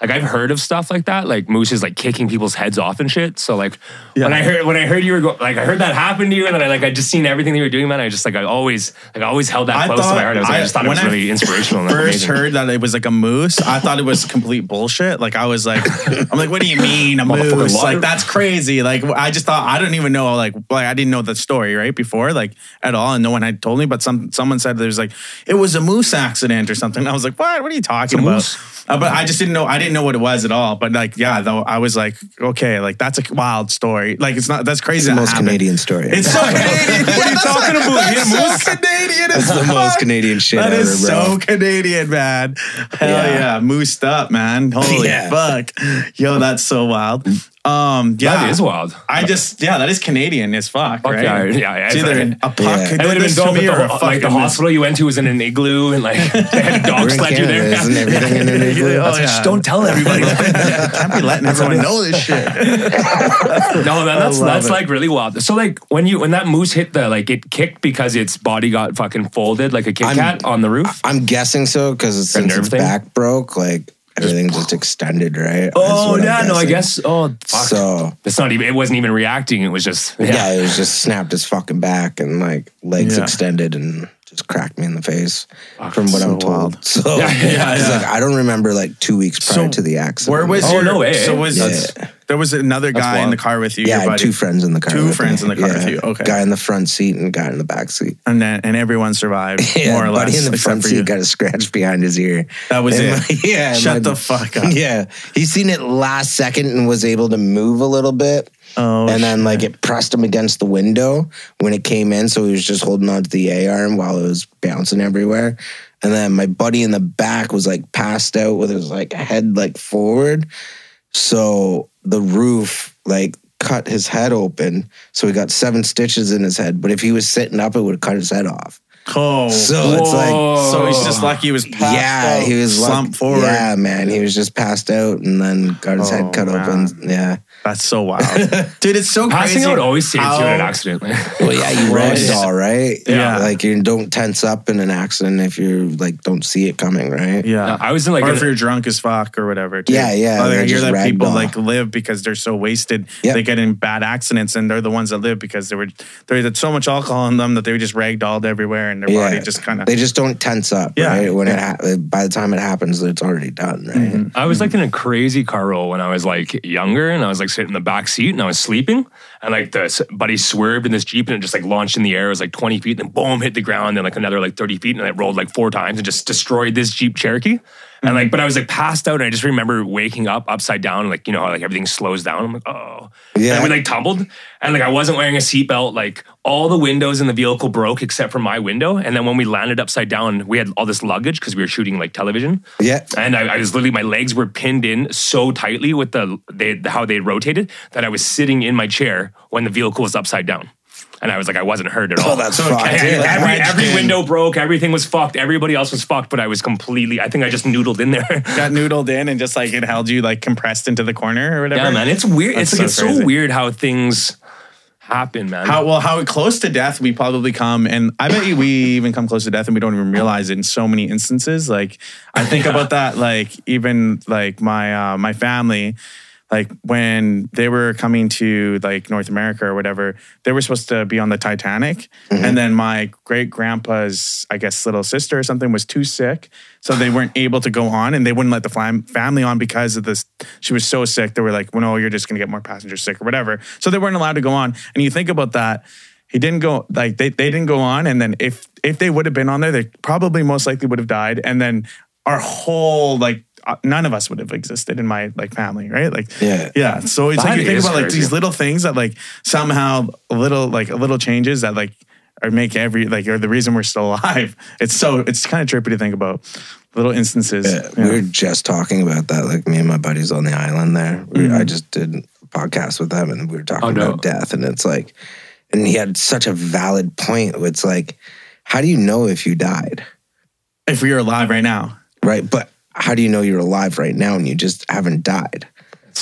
Speaker 4: like I've heard of stuff like that, like mooses like kicking people's heads off and shit. So like when I heard when I heard you were go- like I heard that happened to you, and then I like I just seen everything that you were doing, man. I just like I always like I always held that
Speaker 3: I
Speaker 4: close to
Speaker 3: thought-
Speaker 4: my heart. I, was, like, I
Speaker 3: I-
Speaker 4: just thought it
Speaker 3: when
Speaker 4: was
Speaker 3: I
Speaker 4: really inspirational. and
Speaker 3: First
Speaker 4: amazing.
Speaker 3: heard that it was like a moose. I thought it was complete bullshit. Like I was like, I'm like, what do you mean a
Speaker 4: Motherfucker
Speaker 3: moose?
Speaker 4: liar.
Speaker 3: Like that's crazy. Like I just thought I didn't even know. Like like I didn't know the story right before like at all, and no one had told me. But some someone said there's like it was a moose accident or something. I was like, what? What are you talking about?
Speaker 4: moose.
Speaker 3: Uh, but I just didn't know. I didn't know what it was at all. But like yeah, though I was like, okay, like that's a wild story. Like it's not that's crazy.
Speaker 5: the
Speaker 3: that
Speaker 5: most
Speaker 3: happened.
Speaker 5: Canadian story.
Speaker 3: It's
Speaker 5: *laughs*
Speaker 3: so Canadian. what are you talking about? That's so Canadian. It's
Speaker 5: the
Speaker 3: *laughs*
Speaker 5: most Canadian shit
Speaker 3: That
Speaker 5: ever,
Speaker 3: is so
Speaker 5: bro.
Speaker 3: Canadian, man. Hell yeah.
Speaker 5: Yeah.
Speaker 3: moosed up, man. Holy
Speaker 5: Yeah.
Speaker 3: fuck, yo, that's so wild. Um, yeah,
Speaker 4: That is wild.
Speaker 3: I just yeah, that is Canadian as fuck,
Speaker 4: Fuck
Speaker 3: right?
Speaker 4: yeah, yeah, yeah,
Speaker 3: it's
Speaker 4: it's
Speaker 3: either
Speaker 4: like-
Speaker 3: an- a puck
Speaker 5: Yeah.
Speaker 3: who
Speaker 4: It
Speaker 5: It
Speaker 4: would
Speaker 3: did
Speaker 4: have been
Speaker 3: this to
Speaker 4: dope
Speaker 3: me
Speaker 4: if
Speaker 3: or a
Speaker 4: the, ho- like the
Speaker 3: fucking *laughs* moose.
Speaker 4: hospital you went to was in an igloo and like *laughs* they had a
Speaker 5: We're
Speaker 4: dog
Speaker 5: in
Speaker 4: sled you
Speaker 5: Canada,
Speaker 4: there. *laughs*
Speaker 5: Isn't everything in an igloo?
Speaker 3: Yeah,
Speaker 4: That's
Speaker 3: oh,
Speaker 4: like,
Speaker 3: yeah.
Speaker 4: Just don't
Speaker 3: *laughs*
Speaker 4: tell *laughs* everybody.
Speaker 3: Can't be letting everyone know this shit.
Speaker 4: No, that, that's
Speaker 3: love
Speaker 4: that's
Speaker 3: it.
Speaker 4: like really wild. So like when you when that moose hit the like it kicked because its body got fucking folded like a Kit
Speaker 5: I'm-
Speaker 4: Kat on the roof.
Speaker 5: I'm guessing so because since
Speaker 4: nerve
Speaker 5: its
Speaker 4: thing?
Speaker 5: back broke, like everything just extended, right? That's
Speaker 4: oh
Speaker 5: what I'm
Speaker 4: yeah, no, I
Speaker 5: guessing.
Speaker 4: guess. Oh, fuck.
Speaker 5: So
Speaker 4: it's not even. It wasn't even reacting. It was just yeah.
Speaker 5: yeah. it was just snapped his fucking back and like legs
Speaker 3: Yeah.
Speaker 5: extended and just cracked me in the face from what
Speaker 3: so
Speaker 5: I'm told.
Speaker 3: wild.
Speaker 5: So
Speaker 4: Yeah, yeah,
Speaker 5: *laughs* it's
Speaker 3: yeah.
Speaker 5: like I don't remember like two weeks prior
Speaker 3: So,
Speaker 5: to the
Speaker 3: *laughs*
Speaker 5: accident.
Speaker 3: Where was
Speaker 4: Oh,
Speaker 3: your?
Speaker 4: no way.
Speaker 3: So was
Speaker 5: Yeah.
Speaker 3: there was another guy in
Speaker 4: wild.
Speaker 3: the car with you?
Speaker 5: yeah, I
Speaker 3: your
Speaker 5: had
Speaker 3: buddy.
Speaker 5: two friends in the car.
Speaker 3: Two
Speaker 5: with
Speaker 3: friends
Speaker 5: me.
Speaker 3: in the car with you. Okay.
Speaker 5: guy in the front seat and guy in the back seat.
Speaker 3: and then and everyone survived
Speaker 5: *laughs*
Speaker 3: *laughs*
Speaker 5: Yeah,
Speaker 3: more or
Speaker 5: buddy
Speaker 3: less.
Speaker 5: in the
Speaker 3: except
Speaker 5: front
Speaker 3: for
Speaker 5: seat
Speaker 3: you.
Speaker 5: got a scratch behind his ear.
Speaker 3: That was
Speaker 5: And
Speaker 3: it.
Speaker 5: my- *laughs* yeah, and
Speaker 3: Shut
Speaker 5: my-
Speaker 3: the fuck up.
Speaker 5: *laughs* Yeah, he seen it last second and was able to move a little bit.
Speaker 3: Oh,
Speaker 5: and then like it pressed him against the window when it came in, so he was just holding on to the A arm while it was bouncing everywhere. And then my buddy in the back was like passed out with his like head like forward, so the roof like cut his head open, so he got seven stitches in his head. But if he was sitting up, it would have cut his head off.
Speaker 3: oh.
Speaker 5: So
Speaker 3: So,
Speaker 5: it's like
Speaker 3: he's just lucky Oh. he was passed
Speaker 5: yeah,
Speaker 3: out,
Speaker 5: he was like-
Speaker 3: slumped forward.
Speaker 5: Yeah, man, he was just passed out and then got his
Speaker 3: Oh,
Speaker 5: head cut
Speaker 3: man.
Speaker 5: open. Yeah,
Speaker 3: That's so wild, *laughs* dude. It's so
Speaker 4: Passing
Speaker 3: crazy
Speaker 4: out always saves you in an
Speaker 3: how-
Speaker 4: accident. *laughs*
Speaker 5: well, yeah, you
Speaker 3: Christ.
Speaker 5: ragdoll, right?
Speaker 3: Yeah.
Speaker 5: like you don't tense up in an accident if you like don't see it coming, right?
Speaker 3: Yeah,
Speaker 4: I was in like
Speaker 3: or
Speaker 4: an-
Speaker 3: if you're drunk as fuck or whatever. too.
Speaker 5: Yeah, yeah,
Speaker 3: Like, I
Speaker 5: they're
Speaker 3: hear
Speaker 5: just
Speaker 3: that
Speaker 5: ragdoll.
Speaker 3: people like live because they're so wasted.
Speaker 5: Yep.
Speaker 3: They get in bad accidents, and they're the ones that live because they were they had so much alcohol in them that they were just ragdolled everywhere. and their body just kind of
Speaker 5: they just don't tense up.
Speaker 3: Yeah, Mm-hmm.
Speaker 5: right? when it ha- by the time it happens, it's already done. Right.
Speaker 4: I was like in a crazy car roll when I was like younger, and I was like sitting in the back seat and I was sleeping, and like this buddy swerved in this jeep and it just like launched in the air. It was like twenty feet, and then boom, hit the ground, then like another like thirty feet, and it rolled like four times and just destroyed this Jeep Cherokee. And like, but I was like passed out, and I just remember waking up upside down, and, like you know how like everything slows down. I'm like, oh,
Speaker 5: Yeah.
Speaker 4: And we like tumbled, and like I wasn't wearing a seatbelt. Like all the windows in the vehicle broke except for my window. And then when we landed upside down, we had all this luggage because we were shooting like television.
Speaker 5: Yeah.
Speaker 4: And I, I was literally my legs were pinned in so tightly with the they, how they rotated that I was sitting in my chair when the vehicle was upside down. And I was like, I wasn't hurt
Speaker 3: Oh,
Speaker 4: at all.
Speaker 5: Oh, that's
Speaker 4: so
Speaker 5: fucked,
Speaker 4: every,
Speaker 5: yeah.
Speaker 4: every,
Speaker 5: Wedged
Speaker 4: every
Speaker 5: in.
Speaker 4: window broke. Everything was fucked. Everybody else was fucked, but I was completely. I think I just noodled in there. *laughs*
Speaker 3: got noodled in and just like it held you like compressed into the corner or whatever.
Speaker 4: yeah, man, it's weird.
Speaker 3: That's
Speaker 4: it's like
Speaker 3: so
Speaker 4: it's
Speaker 3: crazy.
Speaker 4: so weird how things happen, man.
Speaker 3: How well, how close to death we probably come, and I bet you we even come close to death, and we don't even realize it in so many instances. Like I think about that, like even like my uh, my family, like when they were coming to like North America or whatever, they were supposed to be on the Titanic, and then my great grandpa's, I guess, little sister or something was too sick, so they weren't able to go on, and they wouldn't let the fam- family on because of this. She was so sick, they were like, "Well, no, you're just gonna get more passengers sick or whatever," so they weren't allowed to go on. And you think about that. He didn't go like they, they didn't go on, and then if if they would have been on there, they probably most likely would have died, and then our whole like uh, none of us would have existed in my like family, right? Like
Speaker 5: Yeah.
Speaker 3: yeah. So it's like
Speaker 4: That
Speaker 3: you think
Speaker 4: is
Speaker 3: about like
Speaker 4: crazy.
Speaker 3: these little things that like somehow little like little changes that like or make every like or the reason we're still *laughs* alive. It's so it's kind of trippy to think about little instances.
Speaker 5: Yeah, We were just talking about that. Like me and my buddies on the island there. We,
Speaker 3: Mm-hmm.
Speaker 5: I just did a podcast with them and we were talking
Speaker 4: Oh, no.
Speaker 5: about death. And it's like, and he had such a valid point. It's like, how do you know if you died?
Speaker 3: If we were alive right now,
Speaker 5: Right. But how do you know you're alive right now and you just haven't died?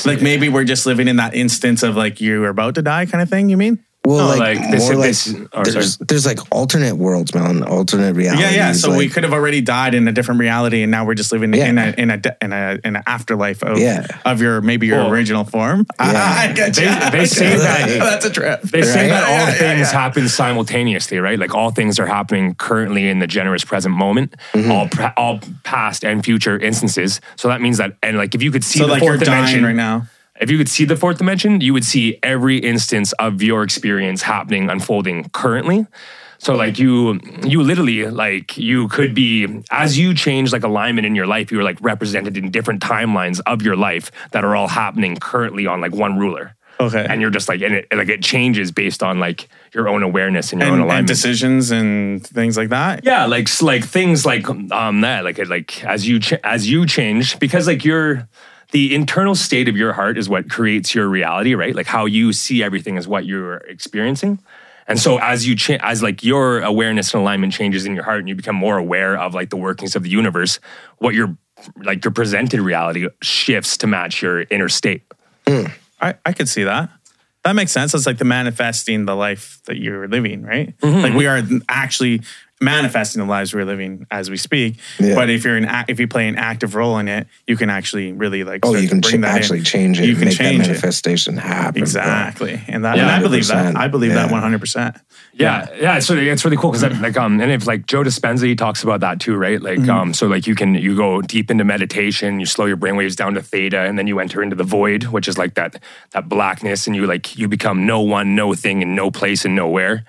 Speaker 3: like maybe we're just living in that instance of like you were about to die kind of thing. You mean?
Speaker 5: Well,
Speaker 4: No,
Speaker 5: like,
Speaker 4: like, they
Speaker 5: more
Speaker 4: said
Speaker 5: like
Speaker 4: this- oh,
Speaker 5: there's, there's like alternate worlds, man, alternate realities.
Speaker 3: Yeah, yeah. So we
Speaker 5: like-
Speaker 3: could have already died in a different reality, and now we're just living
Speaker 5: Yeah.
Speaker 3: in a in a de- in a in an afterlife of
Speaker 5: Yeah.
Speaker 3: of your maybe your
Speaker 4: Well,
Speaker 3: original form. *laughs* I get
Speaker 4: They-
Speaker 3: you. *laughs*
Speaker 4: they say
Speaker 5: that- *laughs*
Speaker 3: that's a trip.
Speaker 4: They say
Speaker 5: Right?
Speaker 4: that all
Speaker 3: Yeah, yeah,
Speaker 4: things
Speaker 3: yeah.
Speaker 4: happen simultaneously, right? Like all things are happening currently in the generous present moment,
Speaker 3: Mm-hmm.
Speaker 4: all pra- all past and future instances. So that means that, and like if you could see
Speaker 3: So
Speaker 4: the
Speaker 3: like you're
Speaker 4: fourth dimension
Speaker 3: dying right now.
Speaker 4: if you could see the fourth dimension, you would see every instance of your experience happening, unfolding currently. So like you, you literally like you could be as you change like alignment in your life, you are like represented in different timelines of your life that are all happening currently on like one ruler.
Speaker 3: Okay.
Speaker 4: and you're just like and it like it changes based on like your own awareness and your own
Speaker 3: and, and
Speaker 4: alignment.
Speaker 3: decisions and things like that.
Speaker 4: Yeah, like s- like things like um that like it- like as you ch- as you change because like your the internal state of your heart is what creates your reality, right? Like how you see everything is what you're experiencing. And so as you cha- as like your awareness and alignment changes in your heart and you become more aware of like the workings of the universe, what your like your presented reality shifts to match your inner state.
Speaker 3: I, I could see that. That makes sense. That's like the manifesting the life that you're living, right?
Speaker 5: Mm-hmm.
Speaker 3: Like we are actually manifesting the lives we're living as we speak.
Speaker 5: Yeah.
Speaker 3: But if you're an act- if you play an active role in it, you can actually really like
Speaker 5: oh,
Speaker 3: start
Speaker 5: you
Speaker 3: to
Speaker 5: can
Speaker 3: bring
Speaker 5: ch-
Speaker 3: that in.
Speaker 5: actually change it.
Speaker 3: You
Speaker 5: and
Speaker 3: can
Speaker 5: make
Speaker 3: change
Speaker 5: that
Speaker 3: it.
Speaker 5: manifestation happen. bro.
Speaker 3: Exactly. And that
Speaker 4: Yeah.
Speaker 3: and I believe that.
Speaker 5: 100%.
Speaker 3: I believe that
Speaker 5: Yeah.
Speaker 3: 100%.
Speaker 4: Yeah, yeah. So it's really cool because like um, and if like Joe Dispenza, he talks about that too, right? Like um, so like you can you go deep into meditation, you slow your brainwaves down to theta, and then you enter into the void, which is like that that blackness, and you like you become no one, no thing, and no place and nowhere.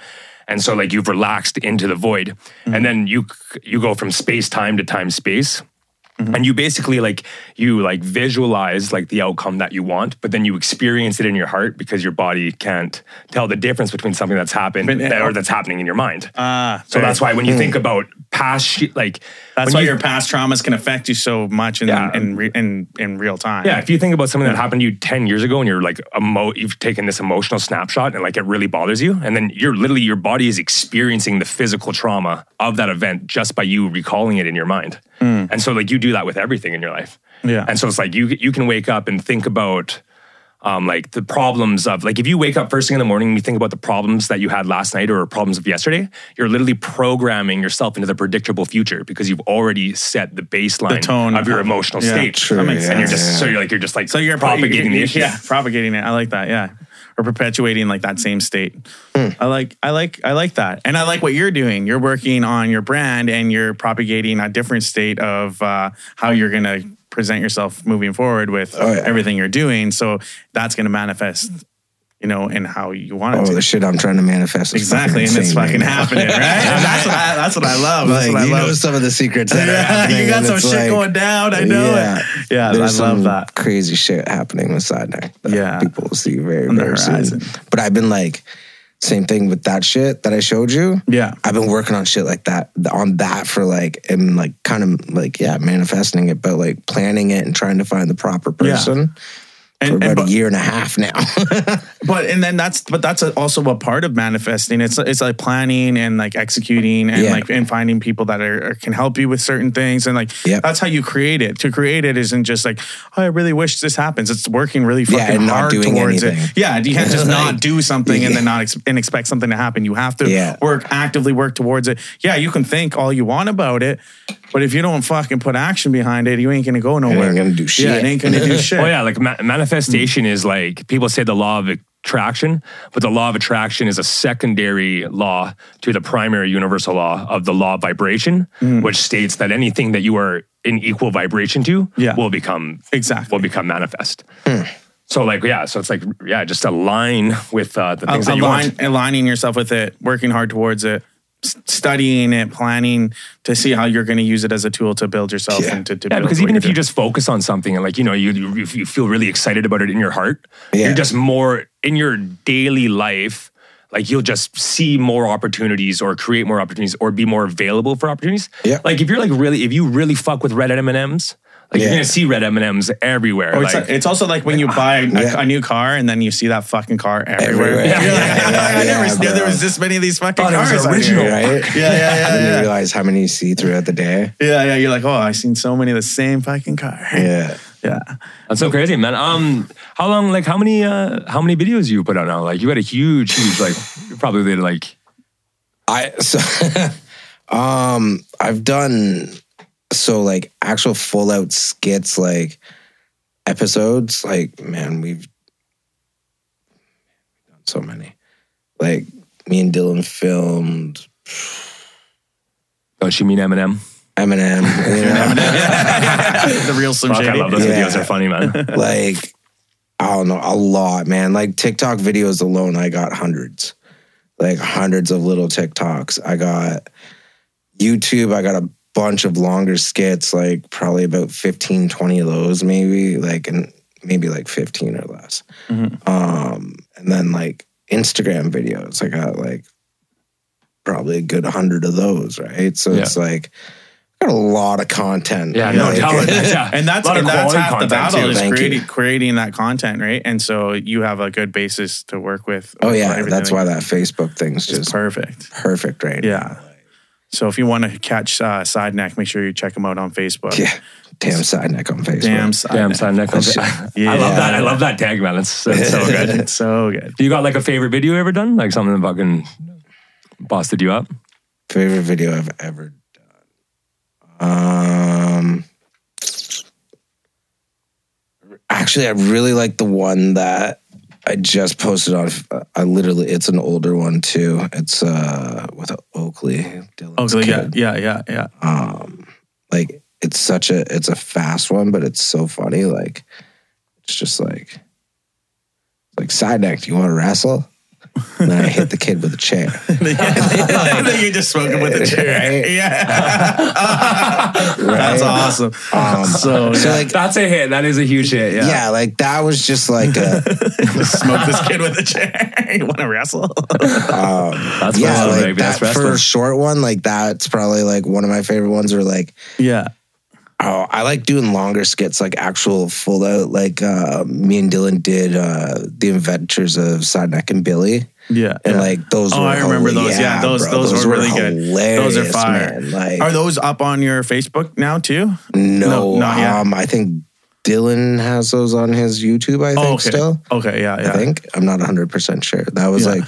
Speaker 4: And so like you've relaxed into the void, and then you you go from space time to time space
Speaker 3: Mm-hmm.
Speaker 4: and you basically like you like visualize like the outcome that you want but then you experience it in your heart because your body can't tell the difference between something that's happened
Speaker 3: But- uh,
Speaker 4: that- or that's happening in your mind
Speaker 3: Ah,
Speaker 4: so
Speaker 3: very-
Speaker 4: that's why when you think about past shit like
Speaker 3: that's
Speaker 4: when
Speaker 3: why
Speaker 4: you-
Speaker 3: your past traumas can affect you so much in
Speaker 4: Yeah.
Speaker 3: in, re- in in real time.
Speaker 4: yeah, if you think about something that happened to you 10 years ago and you're like, emo- you've taken this emotional snapshot and like it really bothers you. And then you're literally, your body is experiencing the physical trauma of that event just by you recalling it in your mind. And so, like, you do that with everything in your life.
Speaker 3: Yeah.
Speaker 4: And so it's like you, you can wake up and think about, um, like the problems of like if you wake up first thing in the morning and you think about the problems that you had last night or problems of yesterday, you're literally programming yourself into the predictable future because you've already set the baseline
Speaker 3: tone.
Speaker 4: of your emotional
Speaker 3: Yeah,
Speaker 4: state.
Speaker 5: true,
Speaker 3: That makes
Speaker 5: yeah.
Speaker 3: sense.
Speaker 4: And you're just so you're like you're just like
Speaker 3: So you're
Speaker 4: propagating the issue.
Speaker 3: Yeah, propagating it. I like that. Yeah. or perpetuating like that same state.
Speaker 5: Hmm.
Speaker 3: I like I like I like that, and I like what you're doing. You're working on your brand and you're propagating a different state of uh, how you're gonna present yourself moving forward with
Speaker 5: Oh, yeah.
Speaker 3: everything you're doing. So that's gonna manifest, you know, in how you want it
Speaker 5: Oh,
Speaker 3: to.
Speaker 5: the shit I'm trying to manifest. Is
Speaker 3: Exactly, and it's fucking
Speaker 5: insane, man.
Speaker 3: happening,
Speaker 5: *laughs*
Speaker 3: right? that's, what I, that's what I love. That's
Speaker 5: Like,
Speaker 3: what I
Speaker 5: you
Speaker 3: love.
Speaker 5: know some of the secrets that are
Speaker 3: *laughs*
Speaker 5: happening.
Speaker 3: you got
Speaker 5: and
Speaker 3: some
Speaker 5: it's
Speaker 3: shit
Speaker 5: like,
Speaker 3: going down. I know
Speaker 5: yeah.
Speaker 3: it. Yeah, I
Speaker 5: There's
Speaker 3: love
Speaker 5: some
Speaker 3: that.
Speaker 5: Crazy shit happening with Side Neck that
Speaker 3: Yeah.
Speaker 5: people will see very,
Speaker 3: On the
Speaker 5: very soon.
Speaker 3: horizon.
Speaker 5: But I've been like, same thing with that shit that I showed you.
Speaker 3: Yeah.
Speaker 5: I've been working on shit like that on that for like and like kind of like yeah manifesting it, but like planning it and trying to find the proper
Speaker 3: Yeah.
Speaker 5: person for
Speaker 3: And,
Speaker 5: about
Speaker 3: and
Speaker 5: a
Speaker 3: but,
Speaker 5: year and a half now. *laughs*
Speaker 3: but and then that's but that's also a part of manifesting. It's it's like planning and like executing and
Speaker 5: Yeah.
Speaker 3: like and finding people that are are- can help you with certain things and like
Speaker 5: Yep.
Speaker 3: that's how you create it. To create it isn't just like oh I really wish this happens. It's working really fucking
Speaker 5: Yeah, and not
Speaker 3: hard
Speaker 5: doing
Speaker 3: towards
Speaker 5: anything.
Speaker 3: it. Yeah, you can't
Speaker 5: *laughs*
Speaker 3: just not do something and then
Speaker 5: Yeah.
Speaker 3: not ex- and expect something to happen. You have to
Speaker 5: Yeah.
Speaker 3: work actively work towards it. Yeah, you can think all you want about it, but if you don't fucking put action behind it, you ain't gonna go nowhere.
Speaker 5: gonna do
Speaker 3: Yeah,
Speaker 5: shit.
Speaker 3: it ain't gonna
Speaker 5: *laughs*
Speaker 3: do shit.
Speaker 4: Oh yeah, like ma- manifestation is like people say the law of attraction, but the law of attraction is a secondary law to the primary universal law of the law of vibration,
Speaker 3: Mm.
Speaker 4: which states that anything that you are in equal vibration to
Speaker 3: Yeah.
Speaker 4: will become
Speaker 3: Exactly. Hmm.
Speaker 4: will become manifest. So like yeah, so it's like yeah, just align with uh, the things that you
Speaker 3: align,
Speaker 4: want.
Speaker 3: aligning yourself with it, working hard towards it, s- studying it, planning to see how you're going to use it as a tool to build yourself
Speaker 5: Yeah.
Speaker 3: and to, to
Speaker 4: Yeah,
Speaker 3: build
Speaker 4: because
Speaker 3: what
Speaker 4: even
Speaker 3: you're
Speaker 4: if you
Speaker 3: doing.
Speaker 4: just focus on something and like you know you you, you feel really excited about it in your heart,
Speaker 5: Yeah.
Speaker 4: you're just more in your daily life. Like you'll just see more opportunities or create more opportunities or be more available for opportunities.
Speaker 5: Yeah.
Speaker 4: Like if you're like really if you really fuck with red M and M's, like
Speaker 5: Yeah.
Speaker 4: you're gonna see red M and M's everywhere.
Speaker 3: Oh,
Speaker 4: like,
Speaker 3: it's, it's also like when you buy a,
Speaker 5: Yeah.
Speaker 3: a new car and then you see that fucking car everywhere. *laughs* You're
Speaker 5: Everywhere.
Speaker 3: like,
Speaker 5: Yeah, yeah,
Speaker 3: I
Speaker 5: yeah,
Speaker 3: never knew there
Speaker 5: bro.
Speaker 3: was this many of these fucking
Speaker 4: Thought it Oh,
Speaker 3: cars.
Speaker 4: was
Speaker 3: out here."
Speaker 4: original.
Speaker 5: right?
Speaker 3: Yeah, yeah, yeah,
Speaker 5: I didn't
Speaker 3: yeah.
Speaker 5: realize how many you see throughout the day.
Speaker 3: Yeah, yeah. You're like, oh, I've seen so many of the same fucking car.
Speaker 5: Yeah.
Speaker 3: yeah.
Speaker 4: that's so crazy, man. Um, how long? Like how many? Uh, how many videos you put out now? Like you had a huge, huge like you probably did like
Speaker 5: I so *laughs* um I've done so like actual full out skits like episodes like man we've done so many like me and Dylan filmed
Speaker 4: don't you mean M&M? Eminem?
Speaker 5: Eminem
Speaker 3: *laughs*
Speaker 5: you know?
Speaker 3: the real Slim
Speaker 4: Fuck, I
Speaker 3: Shady.
Speaker 4: love those
Speaker 5: Yeah.
Speaker 4: videos. They're funny, man.
Speaker 5: like I don't know a lot man like TikTok videos alone I got hundreds like hundreds of little TikToks I got YouTube, I got a bunch of longer skits, like probably about 15, 20 of those, maybe, like, and maybe like 15 or less.
Speaker 3: Mhm.
Speaker 5: Um, and then like Instagram videos, I got like probably a good 100 of those, right? So it's like, I got a lot of content.
Speaker 4: Yeah, no
Speaker 5: like, *laughs*
Speaker 4: doubt.
Speaker 3: *laughs*
Speaker 4: Yeah.
Speaker 3: And that's
Speaker 4: A lot of
Speaker 3: and that's
Speaker 4: quality
Speaker 3: half the
Speaker 4: content,
Speaker 3: battle
Speaker 4: too.
Speaker 3: is
Speaker 5: Thank you.
Speaker 3: creating creating that content, right? And so you have a good basis to work with.
Speaker 5: Oh,
Speaker 3: for
Speaker 5: yeah.
Speaker 3: everything.
Speaker 5: That's why that Facebook thing's
Speaker 3: it's
Speaker 5: just
Speaker 3: perfect.
Speaker 5: perfect right
Speaker 3: Yeah. So if you want to catch uh, Side Neck, make sure you check him out on Facebook.
Speaker 5: now. Yeah. Damn side neck on Facebook.
Speaker 3: Damn, Side
Speaker 4: *laughs* Damn,
Speaker 3: Neck.
Speaker 4: Sam Nichols. *laughs* I love that. I love that tag, man. It's, it's so good.
Speaker 3: It's so good.
Speaker 4: You got like a favorite video you ever done? Like something that fucking busted you up?
Speaker 5: favorite video I've ever done. Um, actually, I really like the one that I just posted on. I literally, it's an older one too. It's uh with Oakley. Dylan's
Speaker 3: Oh, so yeah,
Speaker 5: kid.
Speaker 3: yeah, yeah, *laughs* yeah.
Speaker 5: Um, like it's such a it's a fast one, but it's so funny. Like it's just like like side neck. Do you want to wrestle? And then I hit the kid with a chair.
Speaker 3: you just smoking with *laughs* a chair.
Speaker 5: Right?
Speaker 3: Yeah, that's
Speaker 5: Right?
Speaker 3: awesome. *laughs*
Speaker 5: Um,
Speaker 3: so
Speaker 5: So
Speaker 3: yeah,
Speaker 5: like
Speaker 4: That's a hit. That is a huge hit.
Speaker 5: yeah. like that was just like a
Speaker 3: smoke this kid with a chair. *laughs* you want to wrestle?
Speaker 5: um,
Speaker 4: That's
Speaker 5: yeah,
Speaker 4: wrestling,
Speaker 5: like
Speaker 4: baby.
Speaker 5: that
Speaker 4: That's wrestling.
Speaker 5: for a short one. Like that's probably like one of my favorite ones. Or like
Speaker 3: yeah,
Speaker 5: oh, I like doing longer skits, like actual full out. Like uh, me and Dylan did uh, the Adventures of Side Neck and Billy.
Speaker 3: yeah.
Speaker 5: And
Speaker 3: yeah.
Speaker 5: like those,
Speaker 3: Oh,
Speaker 5: were
Speaker 3: I remember
Speaker 5: hila-
Speaker 3: those. Yeah, those- those were really good. Those are
Speaker 5: hilarious,
Speaker 3: fire.
Speaker 5: Man. Like,
Speaker 3: Are those up on your Facebook now too?
Speaker 5: no,
Speaker 3: No, not yet.
Speaker 5: um, I think Dylan has those on his YouTube. I think
Speaker 3: Oh, okay.
Speaker 5: still.
Speaker 3: Okay, yeah, yeah.
Speaker 5: I think. I'm not 100% sure. That was
Speaker 3: Yeah.
Speaker 5: like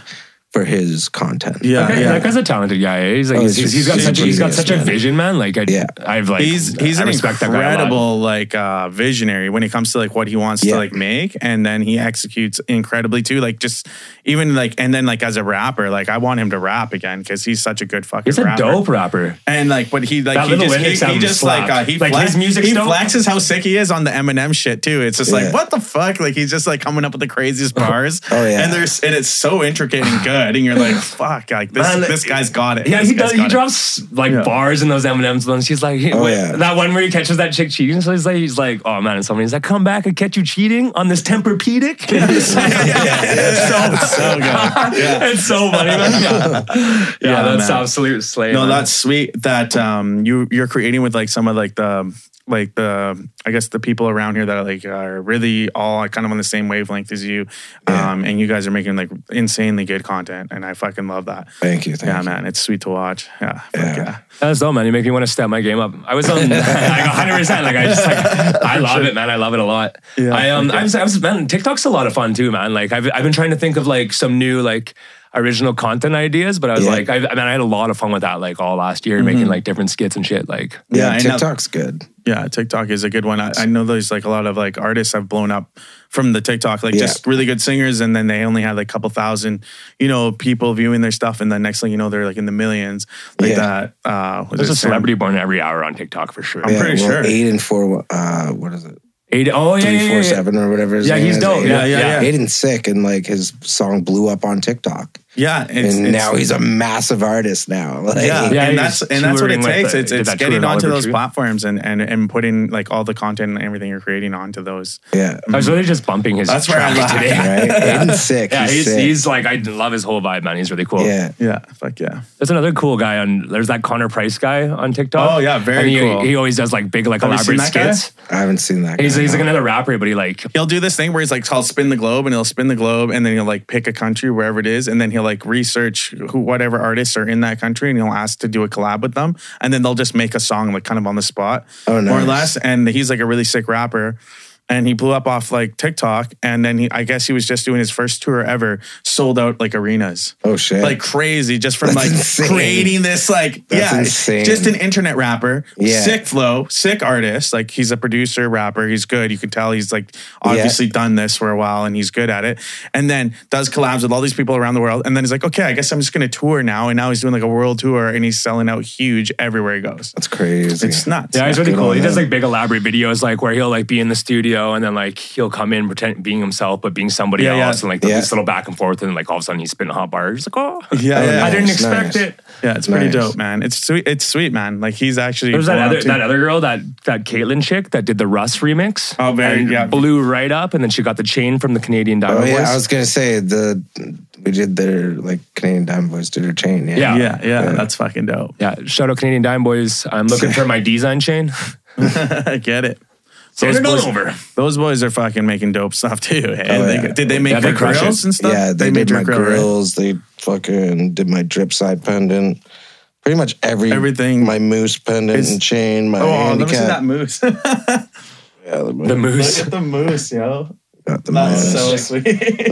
Speaker 5: for his content.
Speaker 3: Yeah,
Speaker 4: Okay,
Speaker 3: yeah.
Speaker 4: that guy's a talented guy. eh? He's like
Speaker 5: Oh,
Speaker 4: he's,
Speaker 5: he's
Speaker 4: he's got
Speaker 5: super
Speaker 4: such a, he's got
Speaker 5: genius,
Speaker 4: such a
Speaker 5: man.
Speaker 4: vision, man. Like I,
Speaker 5: Yeah.
Speaker 4: I've like
Speaker 3: he's he's
Speaker 4: I
Speaker 3: an
Speaker 4: respect that guy a lot.
Speaker 3: incredible like uh, visionary when it comes to like what he wants
Speaker 5: Yeah.
Speaker 3: to like make, and then he executes incredibly too. Like just even like and then like as a rapper, like I want him to rap again because he's such a good fucking.
Speaker 4: He's a
Speaker 3: rapper.
Speaker 4: dope rapper.
Speaker 3: And like, but he like
Speaker 4: That
Speaker 3: he
Speaker 4: Little
Speaker 3: just,
Speaker 4: Wayne
Speaker 3: he, he
Speaker 4: album
Speaker 3: just
Speaker 4: slapped.
Speaker 3: like uh, he
Speaker 4: Like,
Speaker 3: flex,
Speaker 4: his music's
Speaker 3: he
Speaker 4: dope.
Speaker 3: flexes how sick he is on the Eminem shit too. It's just
Speaker 5: Yeah.
Speaker 3: like what the fuck, like he's just like coming up with the craziest bars.
Speaker 5: Oh, yeah.
Speaker 3: and there's and it's so intricate and good, and you're like fuck, like this
Speaker 4: Man,
Speaker 3: this guy's got it.
Speaker 4: Yeah,
Speaker 3: This
Speaker 4: he
Speaker 3: guy's
Speaker 4: does. He
Speaker 3: got it.
Speaker 4: drops like
Speaker 3: Yeah.
Speaker 4: bars in those Eminem's ones. He's like,
Speaker 5: Oh,
Speaker 4: wait,
Speaker 5: yeah.
Speaker 4: that one where he catches that chick cheating. So he's like, he's like, oh man, and somebody's like, come back and catch you cheating on this
Speaker 5: *laughs*
Speaker 4: Tempur-Pedic. *laughs* it's, like,
Speaker 3: so *laughs* so good.
Speaker 4: it's so funny,
Speaker 5: *laughs*
Speaker 4: man. Yeah, yeah,
Speaker 3: Yeah,
Speaker 4: that's
Speaker 3: man.
Speaker 4: absolute slay.
Speaker 3: No,
Speaker 4: man.
Speaker 3: that's sweet that um you you're creating with like some of like the like the I guess the people around here that are like are really all kind of on the same wavelength as you. Um and you guys are making like insanely good content and I fucking love that.
Speaker 5: Thank you. Thank
Speaker 3: yeah,
Speaker 5: you.
Speaker 3: man, it's sweet to watch. Yeah, fuck
Speaker 5: Yeah.
Speaker 3: yeah.
Speaker 4: That's dope, man. You make me want to step my game up. I was on like 100. percent Like I just like I love it, man. I love it a lot.
Speaker 3: Yeah,
Speaker 4: I um I was I was man. TikTok's a lot of fun too, man. Like I've I've been trying to think of like some new like original content ideas, but I was
Speaker 5: Yeah.
Speaker 4: like I, I mean I had a lot of fun with that like all last year making like different skits and shit. Like
Speaker 5: Yeah,
Speaker 3: Yeah, and now-
Speaker 5: TikTok's good.
Speaker 3: Yeah, TikTok is a good one. I, I know there's like a lot of like artists have blown up from the TikTok, like
Speaker 5: Yeah.
Speaker 3: just really good singers, and then they only had like a couple thousand, you know, people viewing their stuff, and then next thing you know, they're like in the millions, like
Speaker 5: Yeah.
Speaker 3: that. Uh, was
Speaker 4: there's
Speaker 3: it
Speaker 4: a
Speaker 3: Sam-
Speaker 4: celebrity born every hour on TikTok for sure.
Speaker 3: I'm pretty sure.
Speaker 5: Eight and four. Uh, what is it?
Speaker 4: Eight, oh yeah, yeah,
Speaker 5: Three,
Speaker 4: yeah,
Speaker 5: four,
Speaker 4: yeah.
Speaker 5: seven, or whatever. His
Speaker 4: Yeah,
Speaker 5: name
Speaker 4: he's
Speaker 5: is.
Speaker 4: dope.
Speaker 5: Aiden-
Speaker 4: Yeah, yeah,
Speaker 3: yeah.
Speaker 4: yeah.
Speaker 5: Aiden's sick, and like his song blew up on TikTok,
Speaker 3: Yeah, it's,
Speaker 5: and
Speaker 3: it's-
Speaker 5: now he's a massive artist now. *laughs* Like,
Speaker 3: yeah,
Speaker 4: Yeah,
Speaker 3: and
Speaker 4: he
Speaker 3: that's
Speaker 4: was
Speaker 3: and that's what it
Speaker 4: touring
Speaker 3: takes.
Speaker 4: with the-
Speaker 3: it's
Speaker 4: did
Speaker 3: it's
Speaker 4: that tour
Speaker 3: getting
Speaker 4: with
Speaker 3: onto
Speaker 4: Oliver
Speaker 3: those
Speaker 4: Tree.
Speaker 3: platforms and and and putting like all the content and everything you're creating onto those.
Speaker 5: yeah.
Speaker 4: I was literally just bumping his
Speaker 3: That's where I
Speaker 4: track
Speaker 3: laugh,
Speaker 4: today.
Speaker 5: *laughs* Right? Aiden's sick.
Speaker 4: Yeah, he's,
Speaker 5: sick.
Speaker 4: he's like I love his whole vibe, man. He's really cool.
Speaker 5: yeah.
Speaker 3: Yeah, fuck yeah.
Speaker 4: There's another cool guy on. There's that Connor Price guy on TikTok.
Speaker 3: Oh, yeah, very
Speaker 4: And he,
Speaker 3: cool.
Speaker 4: He always does like big, like
Speaker 3: Have you
Speaker 4: elaborate
Speaker 3: seen that guy?
Speaker 4: skits.
Speaker 5: I haven't seen that.
Speaker 4: He's
Speaker 5: guy,
Speaker 4: he's like
Speaker 5: no.
Speaker 4: another rapper, but he like
Speaker 3: he'll do this thing where he's like, I'll spin the globe and he'll spin the globe and then he'll like pick a country wherever it is and then he'll like research who whatever artists are in that country and he'll ask to do a collab with them and then they'll just make a song like kind of on the spot
Speaker 5: Oh,
Speaker 3: more or
Speaker 5: nice.
Speaker 3: less and he's like a really sick rapper. And he blew up off like TikTok, and then he, I guess he was just doing his first tour ever, sold out like arenas
Speaker 5: Oh shit!
Speaker 3: like crazy just from
Speaker 5: That's
Speaker 3: like
Speaker 5: insane.
Speaker 3: creating this like
Speaker 5: That's
Speaker 3: yeah
Speaker 5: insane.
Speaker 3: just an internet rapper
Speaker 5: Yeah.
Speaker 3: sick flow sick artist like he's a producer rapper he's good you can tell he's like obviously done this for a while and he's good at it and then does collabs with all these people around the world and then he's like okay I guess I'm just gonna tour now and now he's doing like a world tour and he's selling out huge everywhere he goes
Speaker 5: That's crazy.
Speaker 3: it's nuts
Speaker 4: yeah, he's really
Speaker 5: good
Speaker 4: cool.
Speaker 5: on
Speaker 4: He does
Speaker 5: him.
Speaker 4: like big elaborate videos, like where he'll like be in the studio and then like he'll come in pretend being himself but being somebody
Speaker 3: Yeah, yeah.
Speaker 4: else, and like they'll do
Speaker 5: Yeah.
Speaker 4: this little back and forth, and like all of a sudden he's spinning a hot bar. He's like, oh,
Speaker 3: yeah, yeah.
Speaker 4: I didn't
Speaker 5: Nice,
Speaker 4: expect
Speaker 5: nice.
Speaker 4: it.
Speaker 3: yeah it's pretty
Speaker 5: Nice.
Speaker 3: dope man it's sweet it's sweet man like he's actually
Speaker 4: There's that
Speaker 3: blown up
Speaker 4: other
Speaker 3: too.
Speaker 4: that other girl that that Caitlyn chick that did the Russ remix.
Speaker 3: Oh, very-
Speaker 4: and
Speaker 3: yeah.
Speaker 4: Blew right up, and then she got the chain from the Canadian Diamond
Speaker 5: Oh yeah,
Speaker 4: Boys.
Speaker 5: I was gonna say the we did their like Canadian Diamond Boys did their chain. Yeah,
Speaker 4: Yeah.
Speaker 3: yeah, yeah that's fucking dope *laughs*
Speaker 4: Yeah, shout out Canadian Dime Boys. I'm
Speaker 5: *laughs*
Speaker 4: looking for my design chain. *laughs*
Speaker 3: I get it.
Speaker 4: Send it on
Speaker 3: boys-
Speaker 4: over.
Speaker 3: Those boys are fucking making dope stuff *laughs* too. eh?
Speaker 5: Oh,
Speaker 3: They-
Speaker 5: yeah.
Speaker 3: Did they make
Speaker 4: Yeah,
Speaker 3: yeah,
Speaker 4: they crush
Speaker 3: grills
Speaker 4: it.
Speaker 3: and stuff?
Speaker 5: Yeah, they,
Speaker 3: made
Speaker 5: did
Speaker 3: your
Speaker 5: my
Speaker 3: right?
Speaker 5: grills. They fucking did my drip side pendant. Pretty much every
Speaker 3: Everything.
Speaker 5: My moose pendant
Speaker 3: It's-
Speaker 5: and chain. My
Speaker 3: Oh, let me see that
Speaker 5: handicap.
Speaker 3: moose.
Speaker 5: Yeah,
Speaker 4: The
Speaker 5: the
Speaker 3: *laughs*
Speaker 5: moose.
Speaker 3: Look
Speaker 4: *laughs* moose.
Speaker 3: at the moose, yo.
Speaker 5: Got the
Speaker 3: That's
Speaker 5: moose.
Speaker 3: so sweet. *laughs*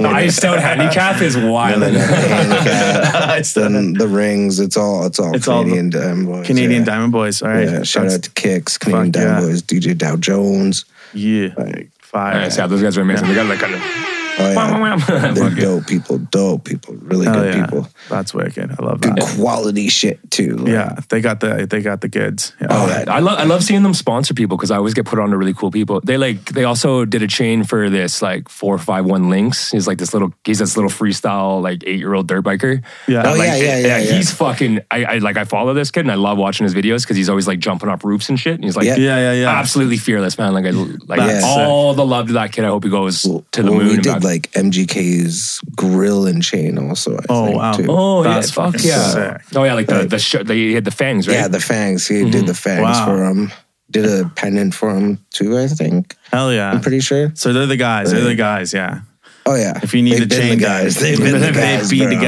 Speaker 4: The iced out handicap is wild.
Speaker 5: And then the handicap,
Speaker 3: It's the
Speaker 5: then the rings. It's all. It's all
Speaker 3: It's all the-
Speaker 5: Canadian Diamond Boys.
Speaker 3: Canadian
Speaker 5: yeah.
Speaker 3: Diamond Boys. All right.
Speaker 5: Yeah, shout
Speaker 3: That's-
Speaker 5: out to Kicks, Canadian
Speaker 3: Fuck,
Speaker 5: Diamond
Speaker 3: yeah.
Speaker 5: Boys, DJ Dow Jones.
Speaker 3: Yeah.
Speaker 5: Like,
Speaker 3: Fire.
Speaker 4: Nice, yeah, those guys are amazing. They got like kind of.
Speaker 5: oh
Speaker 4: *laughs*
Speaker 5: yeah, they're
Speaker 4: Fuck it.
Speaker 5: dope people. Dope people. Really
Speaker 3: Hell
Speaker 5: good
Speaker 3: yeah.
Speaker 5: people.
Speaker 3: That's wicked. I love
Speaker 5: Good
Speaker 3: that.
Speaker 5: quality shit too. Like,
Speaker 3: Yeah, they got the they got the goods. Yeah.
Speaker 5: Oh, that.
Speaker 4: I love I love seeing them sponsor people because I always get put on to really cool people. They like they also did a chain for this like four five one links. He's like this little he's this little freestyle like eight year old dirt biker.
Speaker 3: Yeah.
Speaker 4: That,
Speaker 3: Oh,
Speaker 4: like,
Speaker 5: yeah, yeah, yeah, yeah.
Speaker 4: He's fucking I, I like I follow this kid and I love watching his videos because he's always like jumping off roofs and shit. And he's like
Speaker 5: Yeah.
Speaker 3: yeah, yeah, yeah.
Speaker 4: absolutely fearless, man. Like I like
Speaker 5: Yeah.
Speaker 4: all the love to that kid. I hope he goes to the
Speaker 5: Well,
Speaker 4: moon.
Speaker 5: We
Speaker 4: and
Speaker 5: did
Speaker 4: back.
Speaker 5: like MGK's grill and chain also. I
Speaker 3: Oh,
Speaker 5: think,
Speaker 3: wow.
Speaker 5: too.
Speaker 4: oh yeah,
Speaker 3: That's
Speaker 4: fuck
Speaker 3: fucking
Speaker 4: yeah.
Speaker 3: sick.
Speaker 4: Oh yeah, like the the sh- they had the fangs, right?
Speaker 5: yeah, the fangs. He did the fangs
Speaker 3: Wow.
Speaker 5: for him. Did a pendant for him too. I think.
Speaker 3: Hell yeah.
Speaker 5: I'm pretty sure.
Speaker 3: so they're the guys. They're the guys, yeah.
Speaker 5: Oh yeah.
Speaker 3: If you need
Speaker 5: They've
Speaker 3: to
Speaker 5: been
Speaker 3: change
Speaker 5: the guys.
Speaker 3: *laughs*
Speaker 5: They've been the guys.
Speaker 3: They've
Speaker 5: bro.
Speaker 3: been the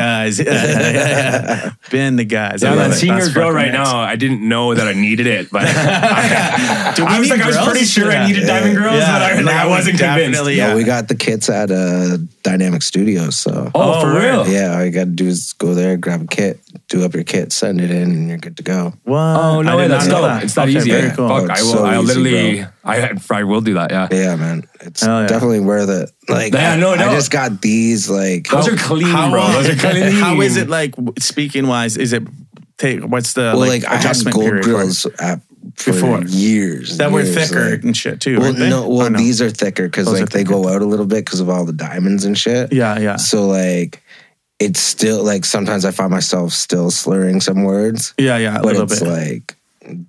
Speaker 3: guys. *laughs* been the guys. I
Speaker 4: Yeah,
Speaker 3: love
Speaker 4: I'm
Speaker 3: it.
Speaker 4: seeing
Speaker 3: That's
Speaker 4: your grill
Speaker 3: fucking
Speaker 4: right
Speaker 3: nice.
Speaker 4: now. I didn't know that I needed it, but I,
Speaker 3: Do we
Speaker 4: was
Speaker 3: need
Speaker 4: like, I was
Speaker 3: grills?
Speaker 4: pretty sure
Speaker 3: Yeah.
Speaker 4: I needed diamond grills,
Speaker 3: Yeah,
Speaker 4: but I, like, I
Speaker 3: now we
Speaker 4: wasn't convinced.
Speaker 3: definitely-
Speaker 5: Yeah,
Speaker 3: Yeah.
Speaker 5: we got the kits at uh, Dynamic Studios. So
Speaker 4: Oh, for
Speaker 3: Oh,
Speaker 4: real?
Speaker 5: yeah, all you got to do is go there, grab a kit, do up your kit, send it in, and you're good to go.
Speaker 3: What?
Speaker 4: Oh no
Speaker 3: I
Speaker 4: way!
Speaker 3: did not
Speaker 4: That's
Speaker 3: know
Speaker 4: dope.
Speaker 3: that.
Speaker 4: It's not
Speaker 3: Okay,
Speaker 4: easy.
Speaker 3: Very
Speaker 4: Yeah.
Speaker 3: cool.
Speaker 4: Fuck! I
Speaker 5: It's
Speaker 4: will.
Speaker 5: so
Speaker 4: I
Speaker 5: easy,
Speaker 4: literally.
Speaker 5: bro.
Speaker 4: I I will do that. Yeah.
Speaker 5: Yeah, man, it's
Speaker 3: Hell yeah.
Speaker 5: definitely worth it. Like,
Speaker 4: Yeah, no, no.
Speaker 5: I just got these. Like,
Speaker 4: Those are clean, bro. Those are clean.
Speaker 3: uh, *laughs* how is it like speaking wise? Is it take? What's the
Speaker 5: well,
Speaker 3: like,
Speaker 5: like, I had
Speaker 3: adjustment
Speaker 5: gold
Speaker 3: period for it?
Speaker 5: grills at, for
Speaker 3: Before.
Speaker 5: years
Speaker 3: that were
Speaker 5: years,
Speaker 3: thicker
Speaker 5: like-
Speaker 3: and shit too?
Speaker 5: well,
Speaker 3: weren't they?
Speaker 5: no,
Speaker 3: Or
Speaker 5: well, these are thicker because
Speaker 3: Those are
Speaker 5: like they go out a little bit because of all the diamonds and shit.
Speaker 3: Yeah, yeah,
Speaker 5: So like, it's still like sometimes I find myself still slurring some words.
Speaker 3: yeah, yeah. A
Speaker 5: but
Speaker 3: little
Speaker 5: it's
Speaker 3: bit.
Speaker 5: like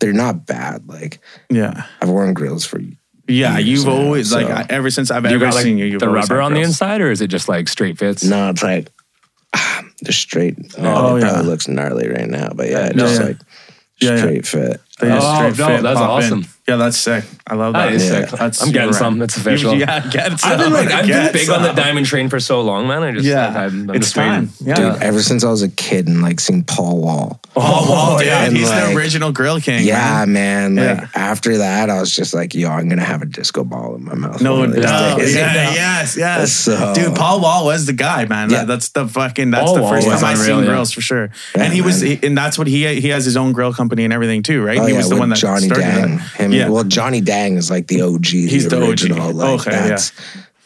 Speaker 5: they're not bad. Like
Speaker 3: yeah,
Speaker 5: I've worn grills for
Speaker 3: yeah.
Speaker 5: years
Speaker 3: You've
Speaker 5: now,
Speaker 3: always like
Speaker 5: so-
Speaker 3: I- ever since I've
Speaker 4: You
Speaker 3: ever
Speaker 4: got like
Speaker 3: seen you. You've
Speaker 4: the
Speaker 3: always
Speaker 4: rubber
Speaker 3: had
Speaker 4: on the
Speaker 3: grills.
Speaker 4: inside, or is it just like straight fits?
Speaker 5: no, it's like *sighs* ah, they're straight. No,
Speaker 3: Oh,
Speaker 5: it
Speaker 3: yeah.
Speaker 5: probably looks gnarly right now, but yeah,
Speaker 4: No.
Speaker 5: just
Speaker 3: Yeah.
Speaker 5: like
Speaker 3: Yeah, yeah.
Speaker 5: straight fit.
Speaker 3: They just
Speaker 4: Oh,
Speaker 3: straight
Speaker 4: no,
Speaker 3: fit,
Speaker 4: that's
Speaker 3: pop in.
Speaker 4: awesome.
Speaker 3: Yeah, that's sick. I love that.
Speaker 4: That is
Speaker 3: Yeah.
Speaker 4: sick. I'm getting
Speaker 3: you're
Speaker 4: some. That's *laughs* official.
Speaker 3: You- Yeah, get some.
Speaker 4: I've been like I've been
Speaker 3: Get
Speaker 4: big
Speaker 3: some.
Speaker 4: on the diamond train for so long, man. I
Speaker 3: *laughs*
Speaker 4: just
Speaker 3: Yeah,
Speaker 4: like, I'm, I'm
Speaker 3: it's
Speaker 4: just waiting.
Speaker 3: time. Yeah.
Speaker 5: Dude, ever since I was a kid and like seeing Paul Wall.
Speaker 3: Oh,
Speaker 5: yeah,
Speaker 3: yeah,
Speaker 5: and,
Speaker 3: he's the
Speaker 5: like-
Speaker 3: original grill king.
Speaker 5: Yeah,
Speaker 3: man.
Speaker 5: man. Like
Speaker 3: Yeah.
Speaker 5: after that, I was just like, yo, I'm gonna have a disco ball in my mouth.
Speaker 3: No
Speaker 5: one of these
Speaker 3: doubt.
Speaker 5: days. *laughs*
Speaker 3: Yeah, yes, yes.
Speaker 5: So-
Speaker 3: Dude, Paul Wall was the guy, man.
Speaker 5: uh, Yeah.
Speaker 3: That's the fucking. That's
Speaker 4: Paul
Speaker 3: the
Speaker 4: Wall
Speaker 3: first
Speaker 4: was
Speaker 3: time I
Speaker 4: unreal,
Speaker 3: seen
Speaker 4: yeah.
Speaker 3: grills for sure.
Speaker 5: Yeah,
Speaker 3: and he was,
Speaker 5: man.
Speaker 3: he- and that's what he he has his own grill company and everything too, right?
Speaker 5: Oh,
Speaker 3: he
Speaker 5: yeah,
Speaker 3: was the
Speaker 5: with
Speaker 3: one that
Speaker 5: Johnny
Speaker 3: started
Speaker 5: Dang.
Speaker 3: that.
Speaker 5: Him,
Speaker 3: yeah.
Speaker 5: Well, Johnny Dang is like the OG.
Speaker 3: He's the OG.
Speaker 5: original. Like,
Speaker 3: Okay, yeah. Mm-hmm.
Speaker 5: that's,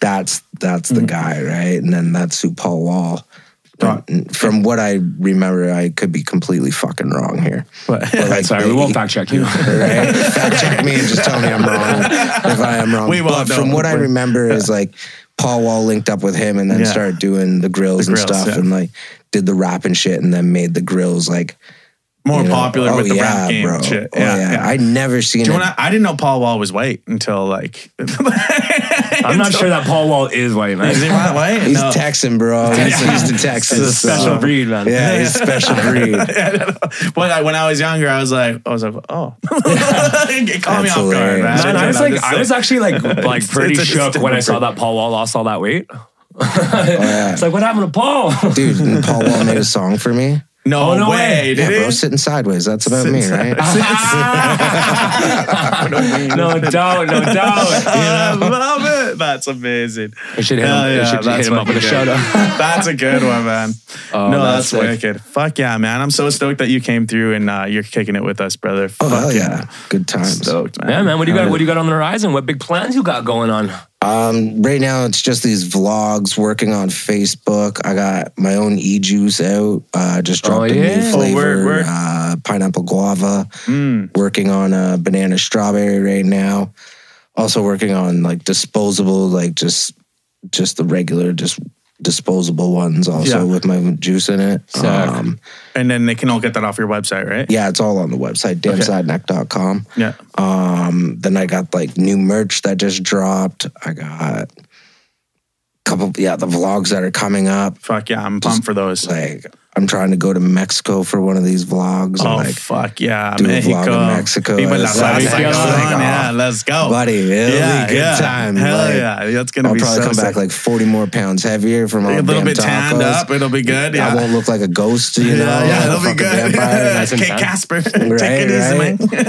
Speaker 5: that's that's the guy, right? And then that's who Paul Wall.
Speaker 3: Right.
Speaker 5: And From what I remember, I could be completely fucking wrong here.
Speaker 3: *laughs* But-
Speaker 5: But, like,
Speaker 4: Sorry, we
Speaker 5: they-
Speaker 4: won't fact check you.
Speaker 5: *laughs* Right? Fact check me and just tell me I'm wrong if I am wrong.
Speaker 3: We won't,
Speaker 5: but from
Speaker 3: no.
Speaker 5: what I remember is like Paul Wall linked up with him and then
Speaker 3: Yeah.
Speaker 5: started doing the grills,
Speaker 3: The
Speaker 5: and
Speaker 3: grills,
Speaker 5: stuff
Speaker 3: yeah.
Speaker 5: and like did the rap and shit and then made the grills like
Speaker 3: more
Speaker 5: you know,
Speaker 3: popular
Speaker 5: oh,
Speaker 3: with the
Speaker 5: yeah,
Speaker 3: rap game
Speaker 5: bro.
Speaker 3: and shit.
Speaker 5: Oh,
Speaker 3: yeah,
Speaker 5: yeah.
Speaker 3: yeah.
Speaker 5: I never seen
Speaker 3: Do you
Speaker 5: it.
Speaker 3: know what? I didn't know Paul Wall was white until like.
Speaker 4: *laughs*
Speaker 3: *laughs*
Speaker 4: I'm not sure that Paul Wall is white, man.
Speaker 3: Is he not white?
Speaker 5: *laughs* He's
Speaker 3: No.
Speaker 5: Texan, bro. He's used to Texas.
Speaker 4: It's a *laughs* special
Speaker 5: so-
Speaker 4: breed, man. *laughs*
Speaker 5: Yeah,
Speaker 3: *laughs*
Speaker 5: he's a special breed.
Speaker 3: But I, *laughs* when I was younger, I was like, I was like, oh, It *laughs* caught me
Speaker 5: That's
Speaker 3: off guard, man.
Speaker 5: hilarious.
Speaker 4: Man, I was
Speaker 3: I'm
Speaker 4: like,
Speaker 3: just
Speaker 4: I was
Speaker 3: *laughs*
Speaker 4: actually like, like pretty
Speaker 3: it's a
Speaker 4: shook when I saw
Speaker 3: different-
Speaker 4: that Paul Wall lost all that weight.
Speaker 5: Oh, Yeah.
Speaker 4: It's like, what happened to
Speaker 3: *laughs*
Speaker 4: Paul?
Speaker 5: Dude, and Paul Wall made a song for me.
Speaker 3: no,
Speaker 4: Oh, no
Speaker 3: way,
Speaker 4: way.
Speaker 3: did
Speaker 5: Yeah, bro,
Speaker 3: it?
Speaker 5: sitting sideways. That's about
Speaker 3: Sitting Ah,
Speaker 5: me, right? *laughs*
Speaker 4: no doubt,
Speaker 3: *laughs*
Speaker 4: no doubt.
Speaker 3: I love it. That's amazing.
Speaker 4: I should hit him.
Speaker 3: Hell
Speaker 4: I should hit
Speaker 3: that's
Speaker 4: him up with a
Speaker 3: fucking
Speaker 4: shout
Speaker 3: good. *laughs*
Speaker 4: out.
Speaker 3: That's a good one,
Speaker 5: *laughs*
Speaker 3: man.
Speaker 4: Oh,
Speaker 3: no,
Speaker 4: that's
Speaker 3: that's,
Speaker 4: sick.
Speaker 3: wicked. Fuck yeah, man. I'm so stoked that you came through and uh, you're kicking it with us, brother.
Speaker 5: Oh,
Speaker 3: Fuck
Speaker 5: hell yeah. Good times.
Speaker 3: Stoked, man.
Speaker 4: Yeah, man. What do you got? What do you got on the horizon? What big plans you got going on?
Speaker 5: Um, right now, it's just these vlogs, working on Facebook. I got my own e juice out. Uh, just dropped
Speaker 4: Oh,
Speaker 5: a
Speaker 4: yeah.
Speaker 5: new
Speaker 4: Oh,
Speaker 5: flavor,
Speaker 3: word, word.
Speaker 5: Uh, pineapple guava.
Speaker 3: Mm.
Speaker 5: Working on a banana strawberry right now. Also working on like disposable, like just just the regular, just disposable ones. Also
Speaker 3: Yeah.
Speaker 5: with my juice in it. Um,
Speaker 4: Sick.
Speaker 3: And then they can all get that off your website, right?
Speaker 5: yeah, it's all on the website, damsideneck.com.
Speaker 3: Yeah.
Speaker 5: Um, then I got like new merch that just dropped. I got a couple, yeah, the vlogs that are coming up.
Speaker 3: Fuck yeah, I'm pumped for those.
Speaker 5: Like, I'm trying to go to Mexico for one of these vlogs.
Speaker 3: oh
Speaker 5: I'm like,
Speaker 3: fuck yeah,
Speaker 5: do a vlog in
Speaker 3: Mexico,
Speaker 5: Mexico.
Speaker 3: Viva la
Speaker 5: It's like-
Speaker 3: salsa,
Speaker 4: it's like,
Speaker 3: cabrón.
Speaker 5: oh.
Speaker 3: yeah, let's go,
Speaker 5: buddy, it'll
Speaker 3: yeah,
Speaker 5: be a good
Speaker 3: yeah.
Speaker 5: time.
Speaker 3: Hell
Speaker 5: Like,
Speaker 3: yeah, that's gonna
Speaker 5: I'll
Speaker 3: be
Speaker 5: probably
Speaker 3: so
Speaker 5: come
Speaker 3: sick.
Speaker 5: back like 40 more pounds heavier from all
Speaker 3: a little
Speaker 5: damn
Speaker 3: bit tanned
Speaker 5: tacos.
Speaker 3: up. It'll be good.
Speaker 5: I
Speaker 3: Yeah,
Speaker 5: won't look like a ghost, you know?
Speaker 3: yeah, yeah,
Speaker 5: like a
Speaker 3: it'll be
Speaker 5: fucking
Speaker 3: good. *laughs*
Speaker 5: vampire.
Speaker 4: Nice and
Speaker 3: Kate
Speaker 4: tan.
Speaker 5: *laughs*
Speaker 3: Casper, take
Speaker 5: Right,
Speaker 3: it easy,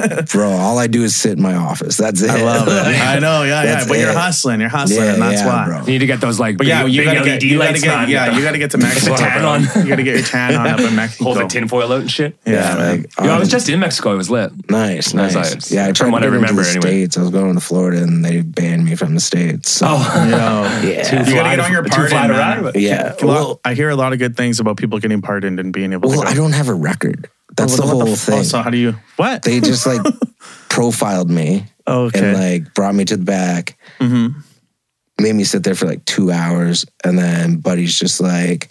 Speaker 3: man.
Speaker 5: right. *laughs* Bro, all I do is sit in my office. That's it.
Speaker 3: I love
Speaker 5: *laughs*
Speaker 3: it. *laughs* I know, yeah, yeah.
Speaker 5: That's
Speaker 3: But you're
Speaker 5: it.
Speaker 3: hustling, you're hustling,
Speaker 5: Yeah,
Speaker 3: and that's
Speaker 5: yeah,
Speaker 3: why.
Speaker 5: bro.
Speaker 4: You need to get those like
Speaker 3: But yeah,
Speaker 4: big,
Speaker 3: you
Speaker 4: big
Speaker 3: gotta
Speaker 4: LED
Speaker 3: get, you gotta
Speaker 4: lights
Speaker 3: get,
Speaker 4: on.
Speaker 3: yeah, you gotta
Speaker 4: *laughs*
Speaker 3: get to Mexico.
Speaker 4: tan
Speaker 3: bro.
Speaker 4: on.
Speaker 3: You gotta get your tan on up in Mexico.
Speaker 4: *laughs* Hold the tinfoil out and shit.
Speaker 3: Yeah,
Speaker 5: Yeah,
Speaker 3: man.
Speaker 5: like,
Speaker 4: Yo, I was
Speaker 5: um,
Speaker 4: just in Mexico. It was lit.
Speaker 5: Nice,
Speaker 4: Nice
Speaker 5: nice.
Speaker 4: lives.
Speaker 5: Yeah, I tried
Speaker 4: From what
Speaker 5: to
Speaker 4: I
Speaker 5: get into
Speaker 4: remember,
Speaker 5: the
Speaker 4: anyway.
Speaker 5: States. I was going to Florida and they banned me from the States. So,
Speaker 4: Oh, *laughs*
Speaker 3: Yo,
Speaker 5: yeah.
Speaker 3: Oh. You gotta get on your
Speaker 4: Too
Speaker 3: pardon.
Speaker 4: fly to
Speaker 3: man.
Speaker 4: ride.
Speaker 5: *laughs* Yeah.
Speaker 3: Well,
Speaker 5: Well,
Speaker 3: I hear a lot of good things about people getting pardoned and being able
Speaker 5: well,
Speaker 3: to. Go.
Speaker 5: I don't have a record. That's the
Speaker 3: What
Speaker 5: whole
Speaker 3: f-
Speaker 5: thing.
Speaker 3: Oh, so how do you? What?
Speaker 5: they just like profiled me
Speaker 3: okay.
Speaker 5: and like brought me to the back,
Speaker 3: Mhm.
Speaker 5: made me sit there for like two hours. And then Buddy's just like,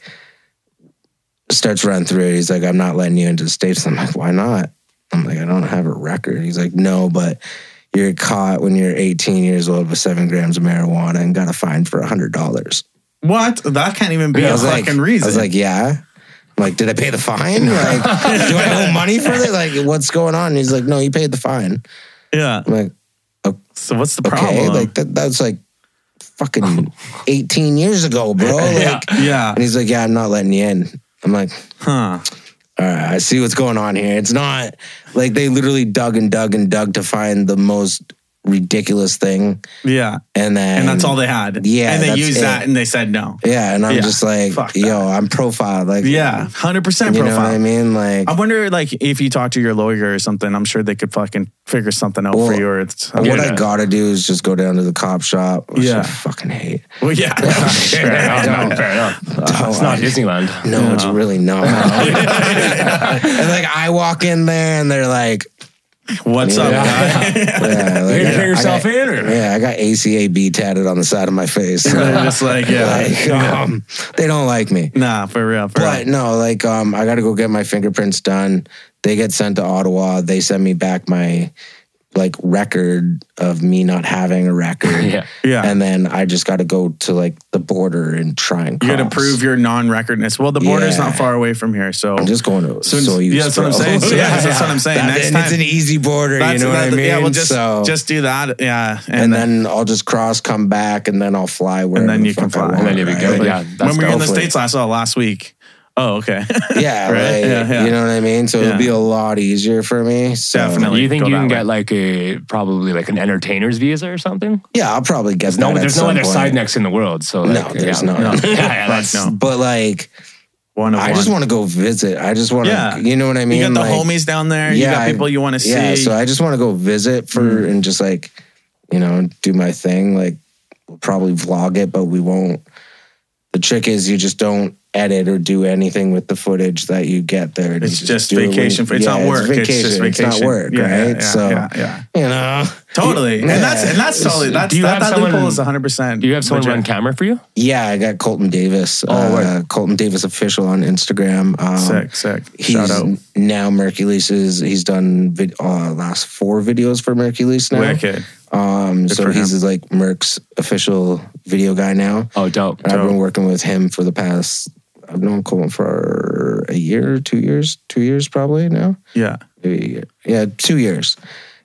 Speaker 5: starts running through it. He's like, I'm not letting you into the States. I'm like, why not? I'm like, I don't have a record. He's like, no, but you're caught when you're 18 years old with seven grams of marijuana and got a fine for $100.
Speaker 3: what? That can't even be
Speaker 5: I
Speaker 3: a
Speaker 5: was like,
Speaker 3: fucking reason.
Speaker 5: I was like, yeah. I'm like, did I pay
Speaker 3: *laughs*
Speaker 5: the fine? Like, do I owe money for it? Like, what's going on? And he's like, no, you paid the fine.
Speaker 3: yeah.
Speaker 5: I'm like,
Speaker 3: So what's the
Speaker 5: okay,
Speaker 3: problem?
Speaker 5: like that, that's like fucking 18 years ago, bro. Like,
Speaker 4: Yeah.
Speaker 3: *laughs* Yeah.
Speaker 5: And he's like, yeah, I'm not letting you in. I'm like,
Speaker 3: Huh.
Speaker 5: all right, I see what's going on here. It's not like they literally dug and dug and dug to find the most ridiculous thing.
Speaker 3: Yeah.
Speaker 5: And then
Speaker 3: And that's all they had.
Speaker 5: Yeah,
Speaker 3: And they
Speaker 5: that's
Speaker 3: used
Speaker 5: it.
Speaker 3: that and they said no.
Speaker 5: Yeah, and I'm
Speaker 3: Yeah,
Speaker 5: just like,
Speaker 3: fuck
Speaker 5: yo,
Speaker 3: that.
Speaker 5: I'm profiled. Like,
Speaker 3: Yeah. 100% profile.
Speaker 5: you know what I mean? Like,
Speaker 3: I wonder, like, if you talk to your lawyer or something, I'm sure they could fucking figure something out for
Speaker 5: Well,
Speaker 3: you. Or it's,
Speaker 5: what
Speaker 4: Yeah.
Speaker 5: I gotta do is just go down to the cop shop. Which
Speaker 3: Yeah.
Speaker 5: I fucking
Speaker 3: *laughs*
Speaker 5: hate.
Speaker 3: well, *laughs*
Speaker 5: *laughs*
Speaker 3: yeah,
Speaker 4: *laughs* Fair enough, no, fair enough.
Speaker 5: Oh,
Speaker 4: It's not Disneyland.
Speaker 5: No, it's really
Speaker 3: *laughs*
Speaker 5: not. *laughs* and like, I walk in there and they're like,
Speaker 3: What's up?
Speaker 4: Yeah.
Speaker 3: guy? *laughs*
Speaker 5: yeah,
Speaker 4: You
Speaker 5: like,
Speaker 4: gonna turn
Speaker 5: I
Speaker 4: yourself
Speaker 5: got,
Speaker 4: in or?
Speaker 5: Yeah, I got ACAB tatted on the side of my face.
Speaker 3: They're just like, *laughs* yeah,
Speaker 5: *laughs* like, um, they don't like me.
Speaker 3: nah, for real, for
Speaker 5: But
Speaker 3: real.
Speaker 5: no, like um, I got to go get my fingerprints done. They get sent to Ottawa. They send me back my like record of me not having a record.
Speaker 4: Yeah.
Speaker 3: *laughs* Yeah.
Speaker 5: And then I just got to go to like the border and try and.
Speaker 3: you got to
Speaker 5: cross.
Speaker 3: prove your non-recordness. Well, the border's
Speaker 5: Yeah.
Speaker 3: not far away from here, so
Speaker 5: I'm just going to.
Speaker 3: So-
Speaker 5: So,
Speaker 3: yeah, that's what I'm saying. So,
Speaker 5: *laughs*
Speaker 3: yeah, that's what I'm saying. Next
Speaker 5: and it's
Speaker 3: time-
Speaker 5: an easy border. You
Speaker 3: That's-
Speaker 5: know what I
Speaker 3: that-
Speaker 5: mean?
Speaker 3: Yeah, well, just
Speaker 5: so,
Speaker 3: just do that. Yeah,
Speaker 5: and then I'll just cross, come back, and then I'll fly wherever.
Speaker 3: then
Speaker 5: the
Speaker 3: you can
Speaker 5: fuck I
Speaker 3: fly.
Speaker 5: want,
Speaker 4: And then you can go.
Speaker 5: right?
Speaker 4: Yeah,
Speaker 3: when
Speaker 4: that's
Speaker 3: we were in the
Speaker 4: dope.
Speaker 3: states last, oh, last week. Oh, okay. *laughs*
Speaker 5: Yeah,
Speaker 3: Right?
Speaker 5: like,
Speaker 3: Yeah, yeah.
Speaker 5: you know what I mean. So
Speaker 3: Yeah.
Speaker 5: it'll be a lot easier for me. So,
Speaker 3: Definitely.
Speaker 4: you think
Speaker 3: Go
Speaker 4: you
Speaker 3: that
Speaker 4: can
Speaker 3: way.
Speaker 4: get like a probably like an entertainer's visa or something?
Speaker 5: Yeah, I'll probably get that.
Speaker 4: No,
Speaker 5: at
Speaker 4: there's no
Speaker 5: some
Speaker 4: other
Speaker 5: point.
Speaker 4: side necks in the world. So
Speaker 5: No,
Speaker 4: like,
Speaker 5: there's
Speaker 4: yeah.
Speaker 5: not. *laughs*
Speaker 3: No.
Speaker 4: yeah, yeah, that's
Speaker 3: no.
Speaker 5: But like,
Speaker 3: One of
Speaker 5: I
Speaker 3: one.
Speaker 5: just want to go visit. I just want to,
Speaker 3: Yeah.
Speaker 5: you know what I mean?
Speaker 3: you got the
Speaker 5: like,
Speaker 3: homies down there. you got
Speaker 5: I-
Speaker 3: people you want to see. Mm.
Speaker 5: Yeah, so I just want to go visit for and just like, you know, do my thing. Like, we'll probably vlog it, but we won't. The trick is you just don't edit or do anything with the footage that you get there. You
Speaker 3: it's just
Speaker 5: do it when-
Speaker 3: vacation. It's
Speaker 5: yeah,
Speaker 3: not work. It's, just
Speaker 5: It's
Speaker 3: vacation.
Speaker 5: not work,
Speaker 3: Yeah, yeah,
Speaker 5: right?
Speaker 3: yeah,
Speaker 5: so,
Speaker 3: yeah, yeah.
Speaker 5: you know,
Speaker 3: Totally.
Speaker 5: Yeah.
Speaker 3: And that's and that's totally that's
Speaker 4: Do you
Speaker 3: that,
Speaker 4: have
Speaker 3: that
Speaker 4: someone-
Speaker 3: loophole is hundred percent.
Speaker 4: Do you have someone run camera for you?
Speaker 5: yeah, I got Colton Davis.
Speaker 4: Oh, word.
Speaker 5: uh, Colton Davis official on Instagram. Um,
Speaker 3: Sick, sick.
Speaker 5: He's
Speaker 3: Shout out.
Speaker 5: now Mercules. He's done vid- uh, last four videos for Mercules now.
Speaker 3: Wicked.
Speaker 5: Um, so
Speaker 3: for
Speaker 5: he's like Merck's official video guy now.
Speaker 4: Oh, dope.
Speaker 5: And I've been working with him for the past. I've known Colton for a year, two years, two years probably now.
Speaker 3: Yeah.
Speaker 5: Maybe a year. Yeah, two years.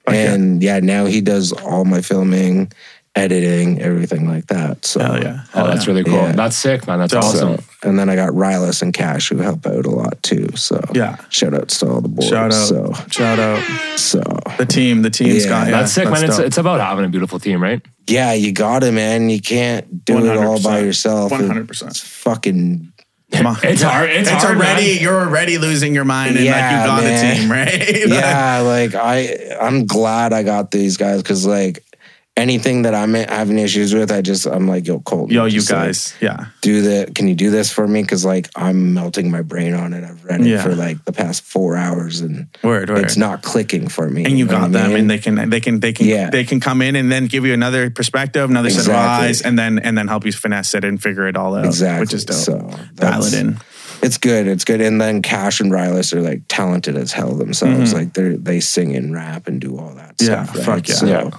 Speaker 3: yeah.
Speaker 5: And yeah, now he does all my filming, editing, everything like that. So
Speaker 3: Hell yeah.
Speaker 4: Oh,
Speaker 3: Hell
Speaker 4: that's
Speaker 3: yeah.
Speaker 4: really cool.
Speaker 5: Yeah.
Speaker 4: That's sick, man. That's
Speaker 3: Dope.
Speaker 4: awesome.
Speaker 5: And then I got Rylas and Cash who help out a lot too. So
Speaker 3: Yeah.
Speaker 5: shout outs to all the boys.
Speaker 3: Shout out.
Speaker 5: So
Speaker 3: Shout out.
Speaker 5: so
Speaker 3: The team. The team's
Speaker 5: Yeah.
Speaker 3: got yeah,
Speaker 4: that's sick, man. It's,
Speaker 3: dope.
Speaker 4: it's about having a beautiful team, right?
Speaker 5: yeah, you got it, man. You can't do it all by
Speaker 3: 100%.
Speaker 5: yourself.
Speaker 3: 100%.
Speaker 5: It's fucking
Speaker 3: Come on.
Speaker 4: It's hard. It's,
Speaker 3: It's
Speaker 4: hard,
Speaker 3: already
Speaker 4: Man.
Speaker 3: you're already losing your mind and like
Speaker 5: Yeah,
Speaker 3: you got
Speaker 5: man.
Speaker 3: a team, *laughs* right?
Speaker 5: yeah like i i'm glad i got these guys because like anything that i'm having issues with i just i'm like yo Colton,
Speaker 3: Yo, you
Speaker 5: just, like,
Speaker 3: guys. Yeah.
Speaker 5: do that can you do this for me because like i'm melting my brain on it i've read it
Speaker 3: Yeah.
Speaker 5: for like the past four hours and
Speaker 3: Word, word.
Speaker 5: it's not clicking for me
Speaker 3: and you
Speaker 5: know
Speaker 3: got
Speaker 5: what I
Speaker 3: them,
Speaker 5: mean?
Speaker 3: and they can they can they can
Speaker 5: Yeah.
Speaker 3: they can come in and then give you another perspective, another set of
Speaker 5: Exactly.
Speaker 3: eyes, and then and then help you finesse it and figure it all out,
Speaker 5: exactly
Speaker 3: which is dope.
Speaker 5: so
Speaker 3: Dial it
Speaker 5: that's-
Speaker 3: in.
Speaker 5: it's good it's good and then cash and Rylas are like talented as hell themselves like they they sing and rap and do all that
Speaker 3: Mm-hmm. Yeah,
Speaker 5: stuff right?
Speaker 3: fuck yeah.
Speaker 5: so,
Speaker 4: Yeah.
Speaker 5: yeah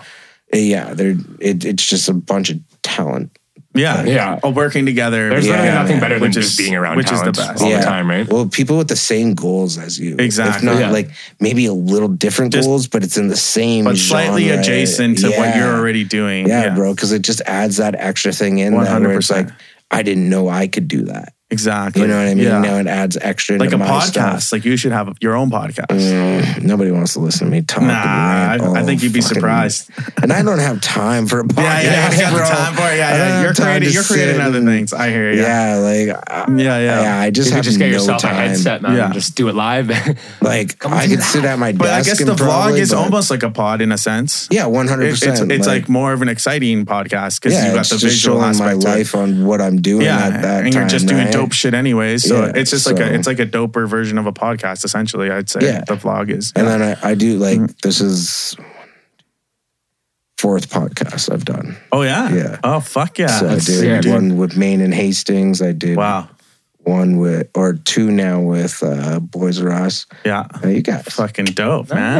Speaker 5: yeah they're it, it's just a bunch of talent
Speaker 3: Yeah,
Speaker 4: Yeah.
Speaker 3: All working together.
Speaker 4: There's
Speaker 5: Yeah,
Speaker 4: literally nothing
Speaker 5: man.
Speaker 4: better than
Speaker 3: Which
Speaker 4: just
Speaker 3: is-
Speaker 4: being around
Speaker 3: which is the
Speaker 4: talent
Speaker 3: best.
Speaker 4: all
Speaker 5: Yeah.
Speaker 4: the time, right?
Speaker 5: Well, people with the same goals as you. If
Speaker 3: Exactly.
Speaker 5: not
Speaker 4: Yeah.
Speaker 5: like maybe a little different
Speaker 3: Just-
Speaker 5: goals, but it's in the same
Speaker 3: but slightly
Speaker 5: genre.
Speaker 3: adjacent to what
Speaker 5: Yeah.
Speaker 3: you're already doing.
Speaker 5: Yeah, bro, because it just adds that extra thing in that where it's like
Speaker 3: 100%.
Speaker 5: I didn't know I could do that.
Speaker 3: Exactly.
Speaker 5: You know what I mean?
Speaker 3: Yeah.
Speaker 5: Now it adds extra
Speaker 3: like
Speaker 5: into
Speaker 3: a
Speaker 5: my
Speaker 3: podcast.
Speaker 5: stuff.
Speaker 3: Like you should have your own podcast.
Speaker 5: Mm, Nobody wants to listen to me talk.
Speaker 3: Nah,
Speaker 5: and
Speaker 3: I,
Speaker 5: rant
Speaker 3: I
Speaker 5: all
Speaker 3: think you'd be
Speaker 5: fucking-
Speaker 3: surprised.
Speaker 5: *laughs* And I don't have time for a
Speaker 3: *laughs*
Speaker 5: podcast.
Speaker 3: Yeah, yeah, you got the
Speaker 5: bro.
Speaker 3: time for it. Yeah,
Speaker 5: I don't
Speaker 3: yeah.
Speaker 5: have
Speaker 3: You're
Speaker 5: time
Speaker 3: creating,
Speaker 5: to
Speaker 3: you're
Speaker 5: sit
Speaker 3: creating other
Speaker 5: and-
Speaker 3: things. I hear you. Yeah,
Speaker 5: Yeah, like I,
Speaker 3: yeah, yeah.
Speaker 5: yeah, I just
Speaker 4: You could
Speaker 5: have
Speaker 4: just get
Speaker 5: no
Speaker 4: yourself
Speaker 5: time.
Speaker 4: a headset, man.
Speaker 3: Yeah.
Speaker 4: and Just do it live. *laughs*
Speaker 5: Like I could sit at my
Speaker 3: *laughs*
Speaker 5: desk.
Speaker 3: But I guess
Speaker 5: and
Speaker 3: the vlog
Speaker 5: probably,
Speaker 3: is
Speaker 5: but-
Speaker 3: almost like a pod in a sense.
Speaker 5: yeah, one
Speaker 3: It-
Speaker 5: hundred
Speaker 3: it's it's
Speaker 5: percent.
Speaker 3: like, more of an exciting podcast because you got
Speaker 5: it's
Speaker 3: the
Speaker 5: just
Speaker 3: visual
Speaker 5: showing
Speaker 3: aspect.
Speaker 5: my
Speaker 3: to it.
Speaker 5: life on what I'm doing
Speaker 3: Yeah,
Speaker 5: at that
Speaker 3: and
Speaker 5: time.
Speaker 3: you're just doing
Speaker 5: right?
Speaker 3: dope shit anyways. So
Speaker 5: Yeah,
Speaker 3: it's just like
Speaker 5: so-
Speaker 3: a it's like a doper version of a podcast essentially. I'd say
Speaker 5: Yeah.
Speaker 3: the vlog is.
Speaker 5: And then I, I do like
Speaker 3: Mm.
Speaker 5: this is fourth podcast I've done.
Speaker 3: oh yeah,
Speaker 5: Yeah.
Speaker 3: Oh fuck yeah.
Speaker 5: so I
Speaker 3: That's
Speaker 5: did
Speaker 4: sick, dude.
Speaker 5: one with Maine and Hastings. I did
Speaker 3: wow.
Speaker 5: one with or two now with uh, Boys R Us.
Speaker 3: Yeah.
Speaker 5: Uh, you guys.
Speaker 3: Fucking dope, man.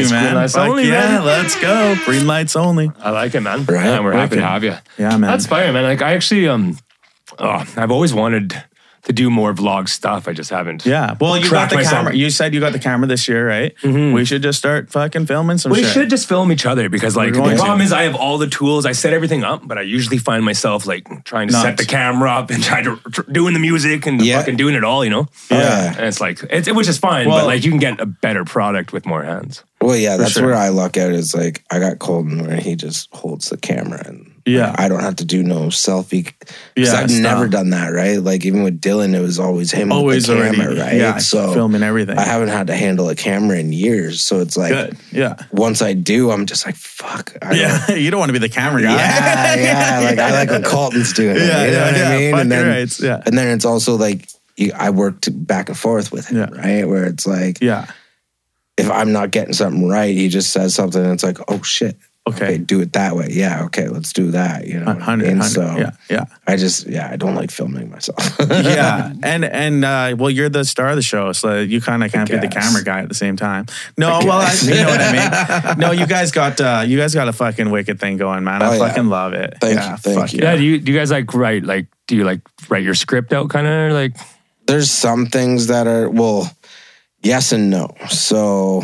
Speaker 3: Well, thank you,
Speaker 4: Nice. Green
Speaker 3: man.
Speaker 4: lights
Speaker 3: Fuck
Speaker 4: only,
Speaker 3: yeah,
Speaker 4: man.
Speaker 3: let's go. Green lights only.
Speaker 4: I like it, man.
Speaker 5: Right?
Speaker 4: And we're happy to have you.
Speaker 3: Yeah, man.
Speaker 4: That's fire, man. Like I actually, um, oh, I've always wanted to do more vlog stuff. I just haven't.
Speaker 3: Yeah. Well, Mm-hmm. you got
Speaker 4: Track
Speaker 3: the
Speaker 4: myself.
Speaker 3: camera. You said you got the camera this year, right? We should just start fucking filming some
Speaker 4: We
Speaker 3: shit.
Speaker 4: should just film each other because, like,
Speaker 3: going
Speaker 4: the
Speaker 3: to.
Speaker 4: problem is I have all the tools. I set everything up, but I usually find myself like trying to set
Speaker 3: Nuts.
Speaker 4: the camera up and *laughs* trying to tr- doing the music and
Speaker 5: Yeah.
Speaker 4: fucking doing it all, you know.
Speaker 5: Yeah.
Speaker 4: and it's like it's which is fine,
Speaker 3: Well-
Speaker 4: but like you can get a better product with more hands.
Speaker 5: Well, yeah, that's
Speaker 3: sure.
Speaker 5: where I luck out is like I got Colton where he just holds the camera and
Speaker 3: Yeah.
Speaker 5: I don't have to do no selfie. Yeah,
Speaker 3: Yeah,
Speaker 5: I've
Speaker 3: stop.
Speaker 5: never done that, right? Like even with Dylan, it was always him
Speaker 3: always
Speaker 5: always with the
Speaker 3: already,
Speaker 5: camera, right?
Speaker 3: yeah,
Speaker 5: so
Speaker 3: filming everything.
Speaker 5: I haven't had to handle a camera in years, so it's like
Speaker 3: Good. Yeah.
Speaker 5: once I do, I'm just like fuck. I don't-
Speaker 3: *laughs* Yeah. you don't want to be the camera guy.
Speaker 5: yeah, yeah. Like I like what Colton's doing.
Speaker 3: *laughs*
Speaker 5: it,
Speaker 3: Yeah,
Speaker 5: you know
Speaker 3: yeah,
Speaker 5: what
Speaker 3: yeah,
Speaker 5: I mean?
Speaker 3: fucking
Speaker 5: And then,
Speaker 3: right, yeah.
Speaker 5: and then it's also like you, I worked back and forth with him,
Speaker 3: Yeah.
Speaker 5: right? Where it's like
Speaker 3: Yeah.
Speaker 5: if I'm not getting something right, he just says something, and it's like, oh shit.
Speaker 3: Okay.
Speaker 5: do it that way. Yeah, okay, let's do that. You know, what I
Speaker 3: 100,
Speaker 5: mean?
Speaker 3: 100.
Speaker 5: So
Speaker 3: yeah.
Speaker 5: *laughs*
Speaker 3: Yeah.
Speaker 5: I just, yeah, I don't like filming myself.
Speaker 3: *laughs* yeah, and and uh, well, you're the star of the show, so you kind of can't be the
Speaker 5: guess.
Speaker 3: camera guy at the same time. No, well, I,
Speaker 5: guess.
Speaker 3: you know what I mean.
Speaker 5: *laughs*
Speaker 3: No, you guys got uh, you guys got a fucking wicked thing going, man.
Speaker 5: Oh,
Speaker 3: I
Speaker 5: yeah.
Speaker 3: fucking love it.
Speaker 5: Thank
Speaker 3: yeah,
Speaker 5: you, thank
Speaker 3: fuck
Speaker 5: you.
Speaker 4: Yeah. do you do you guys like write like do you like write your script out kind of like
Speaker 5: *laughs* There's some things that are, well, yes and no. So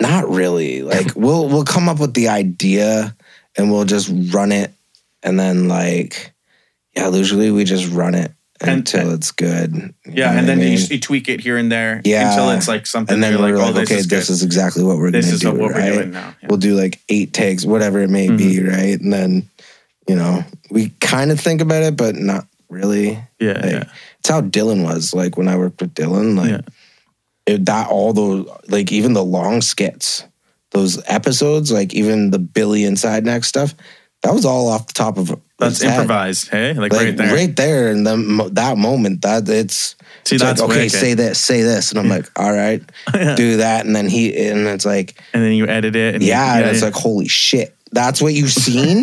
Speaker 5: not
Speaker 3: *laughs*
Speaker 5: really. Like we'll we'll come up with the idea and we'll just run it and then like yeah, usually we just run it
Speaker 3: And-
Speaker 5: until it's good. You know
Speaker 3: Yeah,
Speaker 5: what I
Speaker 3: and then you,
Speaker 5: mean?
Speaker 3: just- you tweak it here and there
Speaker 5: Yeah.
Speaker 3: until it's like something.
Speaker 5: and then
Speaker 3: you're
Speaker 5: we're
Speaker 3: like,
Speaker 5: like,
Speaker 3: oh, this
Speaker 5: okay,
Speaker 3: is
Speaker 5: this
Speaker 3: good.
Speaker 5: is exactly what we're
Speaker 3: This
Speaker 5: gonna
Speaker 3: is
Speaker 5: do.
Speaker 3: what we're
Speaker 5: right?
Speaker 3: doing now. Yeah. Mm-hmm.
Speaker 5: we'll do like eight takes, whatever it may be, right? And then, you know, we kind of think about it, but not really.
Speaker 3: Yeah,
Speaker 5: Like,
Speaker 3: yeah.
Speaker 5: It's how Dylan was. Like when I worked with Dylan, like
Speaker 3: Yeah.
Speaker 5: it, that, all those, like even the long skits, those episodes, like even the Billy Inside Neck stuff, that was all off the top of
Speaker 3: That's
Speaker 5: his head.
Speaker 3: improvised, hey? Like,
Speaker 5: Like
Speaker 3: right there.
Speaker 5: in the, mo- that moment, that it's
Speaker 3: See,
Speaker 5: it's
Speaker 3: that's
Speaker 5: like, okay.
Speaker 3: wicked.
Speaker 5: Say this, say this, and
Speaker 3: *laughs*
Speaker 5: I'm like, all right, do that, and then he, and it's like,
Speaker 3: and then you edit it. And
Speaker 5: yeah,
Speaker 3: you,
Speaker 5: and it's like, holy shit, that's what you've seen.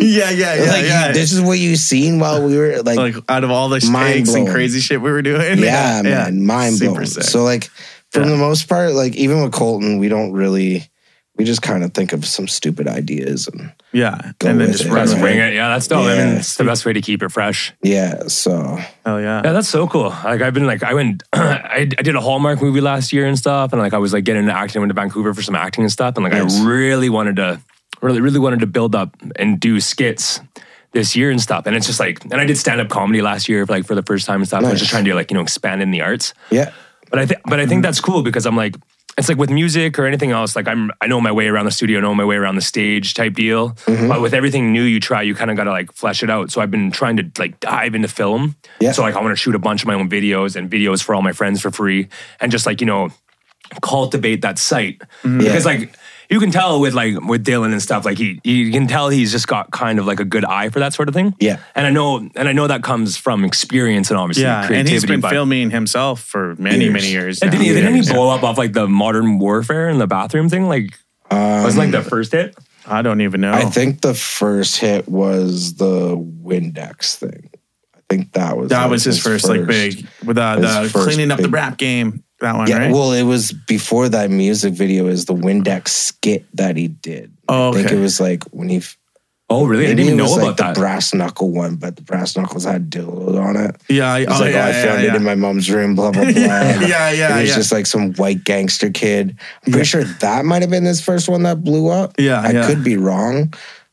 Speaker 3: *laughs* yeah, yeah, yeah,
Speaker 5: like,
Speaker 3: yeah.
Speaker 5: This is what you seen while we were like,
Speaker 3: like *laughs* out of all the
Speaker 5: Mind
Speaker 3: takes and
Speaker 5: blown.
Speaker 3: crazy shit we were doing. *laughs*
Speaker 5: yeah, man, mind
Speaker 3: Super
Speaker 5: blown.
Speaker 3: sick.
Speaker 5: So like, for
Speaker 3: Yeah.
Speaker 5: the most part, like even with Colton, we don't really, we just kind of think of some stupid ideas and
Speaker 3: yeah,
Speaker 5: Go
Speaker 3: and then
Speaker 5: with
Speaker 3: just
Speaker 5: it.
Speaker 3: run
Speaker 4: just
Speaker 5: Right.
Speaker 3: with
Speaker 4: wing
Speaker 3: it.
Speaker 4: it? Yeah, that's dope. I
Speaker 5: Yeah.
Speaker 4: mean, it's the best way to keep it fresh.
Speaker 5: yeah. So
Speaker 3: Hell yeah.
Speaker 4: Yeah, that's so cool. Like I've been like I went *clears throat* I, I did a Hallmark movie last year and stuff, and like I was like getting into acting. I went to Vancouver for some acting and stuff, and like
Speaker 5: Nice.
Speaker 4: I really wanted to really really wanted to build up and do skits this year and stuff. And it's just like and I did stand up comedy last year like for the first time and stuff. I was just
Speaker 5: Nice.
Speaker 4: trying to like you know expand in the arts.
Speaker 5: yeah,
Speaker 4: But I think, but I think that's cool because I'm like, it's like with music or anything else. Like I'm, I know my way around the studio, know my way around the stage type deal.
Speaker 5: Mm-hmm.
Speaker 4: But with everything new you try, you kind of gotta like flesh it out. So I've been trying to like dive into film.
Speaker 5: Yeah.
Speaker 4: So like I want to shoot a bunch of my own videos and videos for all my friends for free, and just like you know, cultivate that site
Speaker 5: Mm-hmm.
Speaker 4: because like. You can tell with like with Dylan and stuff, like he you can tell he's just got kind of like a good eye for that sort of thing.
Speaker 5: Yeah.
Speaker 4: And I know and I know that comes from experience and obviously
Speaker 3: Yeah,
Speaker 4: creativity.
Speaker 3: and he's been
Speaker 4: but-
Speaker 3: filming himself for many,
Speaker 5: Years.
Speaker 3: many years.
Speaker 4: and
Speaker 3: now.
Speaker 4: didn't, he, didn't he
Speaker 3: Years, yeah.
Speaker 4: blow up off like the modern warfare in the bathroom thing? Like, was like the first hit?
Speaker 3: I don't even know.
Speaker 5: I think the first hit was the Windex thing. I think that was
Speaker 3: that
Speaker 5: like,
Speaker 3: was his first, like big with uh, the
Speaker 5: His first
Speaker 3: cleaning up the
Speaker 5: big-
Speaker 3: rap game. That one,
Speaker 5: Yeah,
Speaker 3: right?
Speaker 5: well, it was before that music video is the Windex skit that he did.
Speaker 3: Oh,
Speaker 5: I think
Speaker 3: okay.
Speaker 5: it was like when he f-
Speaker 4: Oh, really? I
Speaker 5: maybe
Speaker 4: didn't even
Speaker 5: it
Speaker 4: know
Speaker 5: was like
Speaker 4: about
Speaker 5: the
Speaker 4: that.
Speaker 5: brass knuckle one, but the brass knuckles had dildo on it.
Speaker 3: yeah, I-
Speaker 5: It was
Speaker 3: oh,
Speaker 5: like,
Speaker 3: yeah,
Speaker 5: oh, I
Speaker 3: yeah,
Speaker 5: found
Speaker 3: yeah.
Speaker 5: it in my mom's room,
Speaker 3: *laughs*
Speaker 5: blah blah blah. yeah,
Speaker 3: yeah, yeah,
Speaker 5: It was
Speaker 3: yeah.
Speaker 5: just like some white gangster kid. I'm pretty sure that might have been his first one that blew up.
Speaker 3: Yeah,
Speaker 5: I
Speaker 3: yeah.
Speaker 5: could be wrong,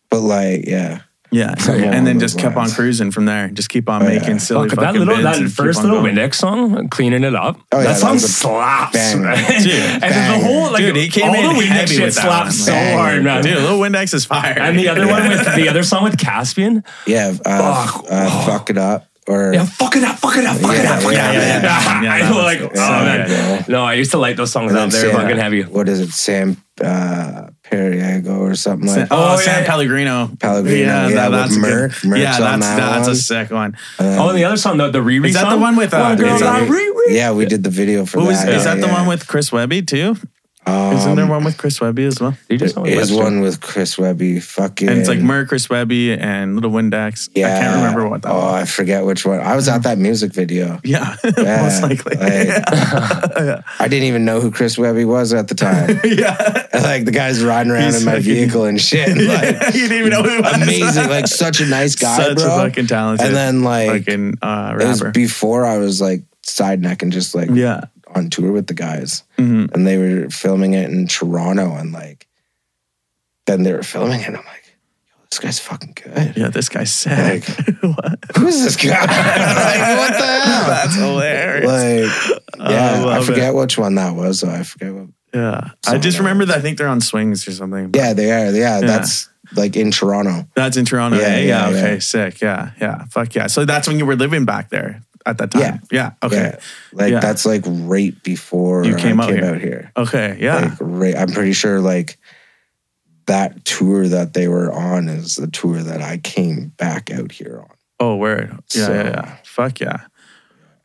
Speaker 5: but like, yeah,
Speaker 3: yeah,
Speaker 5: along
Speaker 3: and then
Speaker 5: those
Speaker 3: just kept on
Speaker 5: lines.
Speaker 3: cruising from there. Just keep on making
Speaker 5: yeah.
Speaker 3: silly
Speaker 4: Fuck,
Speaker 3: fucking
Speaker 4: that little,
Speaker 3: bids
Speaker 4: that
Speaker 3: and
Speaker 4: first
Speaker 3: keep on
Speaker 4: little
Speaker 3: going.
Speaker 4: Windex song, cleaning it up.
Speaker 5: Oh, yeah,
Speaker 4: that
Speaker 5: that
Speaker 4: song
Speaker 5: was a
Speaker 4: slaps.
Speaker 5: banger.
Speaker 4: man.
Speaker 3: Dude,
Speaker 4: and then the whole like
Speaker 3: Dude, he came
Speaker 4: all
Speaker 3: in
Speaker 4: the
Speaker 3: heavy
Speaker 4: Windex shit
Speaker 3: with that one.
Speaker 4: slaps so
Speaker 5: Banger.
Speaker 4: hard, man.
Speaker 3: Dude, little Windex is fire.
Speaker 4: And the other
Speaker 3: *laughs*
Speaker 4: one with the other song with Caspian.
Speaker 5: yeah. Uh,
Speaker 4: Fuck.
Speaker 5: uh, fuck it up or
Speaker 4: Yeah, fuck it up, fuck it up, fuck it
Speaker 5: Yeah,
Speaker 4: up, fuck
Speaker 5: yeah,
Speaker 4: it up.
Speaker 5: yeah, yeah,
Speaker 3: that one, yeah, that
Speaker 4: I was like,
Speaker 3: one's good.
Speaker 4: oh man.
Speaker 5: Yeah, yeah.
Speaker 4: No, I used to like those songs
Speaker 5: And
Speaker 4: out.
Speaker 5: then
Speaker 4: They're
Speaker 5: Sam-
Speaker 4: fucking heavy.
Speaker 5: What is it, Sam uh, Periago or something like? that?
Speaker 3: Oh,
Speaker 4: Oh,
Speaker 3: San
Speaker 4: yeah.
Speaker 3: Pellegrino.
Speaker 5: Pellegrino, yeah, with
Speaker 3: a good-
Speaker 5: Merc. Merc's
Speaker 3: yeah,
Speaker 5: on
Speaker 3: that's
Speaker 5: that
Speaker 3: that's a
Speaker 5: one.
Speaker 3: sick one.
Speaker 4: oh, and the other song, the, the re
Speaker 3: Is that the one with, uh,
Speaker 4: uh,
Speaker 3: It's
Speaker 5: It's
Speaker 3: on
Speaker 5: on-
Speaker 3: Riri.
Speaker 5: yeah, we did the video for
Speaker 3: Who
Speaker 5: that.
Speaker 3: was, is
Speaker 5: yeah, Um,
Speaker 3: that the
Speaker 5: yeah.
Speaker 3: one with Chris Webby too? Isn't there one with Chris Webby as well?
Speaker 4: They just
Speaker 5: There Um, is one with Chris Webby. Fucking.
Speaker 3: And it's like Murr, Chris Webby, and Little Windex.
Speaker 5: Yeah.
Speaker 3: I can't remember what that
Speaker 5: Oh,
Speaker 3: was.
Speaker 5: I forget which one. I was at that music video.
Speaker 3: Yeah, *laughs*
Speaker 5: Yeah,
Speaker 3: most likely.
Speaker 5: like-
Speaker 3: *laughs* yeah.
Speaker 5: I didn't even know who Chris Webby was at
Speaker 3: *laughs*
Speaker 5: the time. *laughs*
Speaker 3: yeah.
Speaker 5: like the guy's riding around
Speaker 3: He's
Speaker 5: in my
Speaker 3: fucking-
Speaker 5: vehicle and shit.
Speaker 3: *laughs*
Speaker 5: and, like
Speaker 3: you didn't even know who it was.
Speaker 5: amazing, like such a nice
Speaker 3: *laughs*
Speaker 5: guy,
Speaker 3: Such
Speaker 5: bro.
Speaker 3: a fucking talented
Speaker 5: and then like
Speaker 3: fucking uh,
Speaker 5: it was
Speaker 3: rapper.
Speaker 5: before I was like side necking, just like
Speaker 3: yeah.
Speaker 5: on tour with the guys,
Speaker 3: Mhm.
Speaker 5: and they were filming it in Toronto, and like then they were filming it. And I'm like, Yo, this guy's fucking *laughs* good.
Speaker 3: Yeah, this guy's sick. *laughs* what?
Speaker 5: Who is this guy? *laughs* like, what the
Speaker 3: *laughs*
Speaker 5: hell?
Speaker 3: That's hilarious.
Speaker 5: Like, yeah, I,
Speaker 3: love
Speaker 5: forget which one that was. Though I forget what.
Speaker 3: yeah. I just
Speaker 5: Someone
Speaker 3: remember that I think they're on swings or something.
Speaker 5: Yeah, they are. Yeah, that's like in Toronto.
Speaker 3: That's in Toronto.
Speaker 5: Yeah,
Speaker 3: Yeah, eh?
Speaker 5: yeah,
Speaker 3: yeah, okay,
Speaker 5: yeah.
Speaker 3: sick. Yeah, yeah. Fuck yeah. So that's when you were living back there at that time. Yeah. okay.
Speaker 5: Yeah, like
Speaker 3: Yeah.
Speaker 5: that's like right before
Speaker 3: You came
Speaker 5: I
Speaker 3: out
Speaker 5: came
Speaker 3: here.
Speaker 5: out here.
Speaker 3: Okay. Yeah.
Speaker 5: Like, right, I'm pretty sure like that tour that they were on is the tour that I came back out here on.
Speaker 3: oh, word. Yeah,
Speaker 5: So-
Speaker 3: yeah, yeah. Fuck yeah.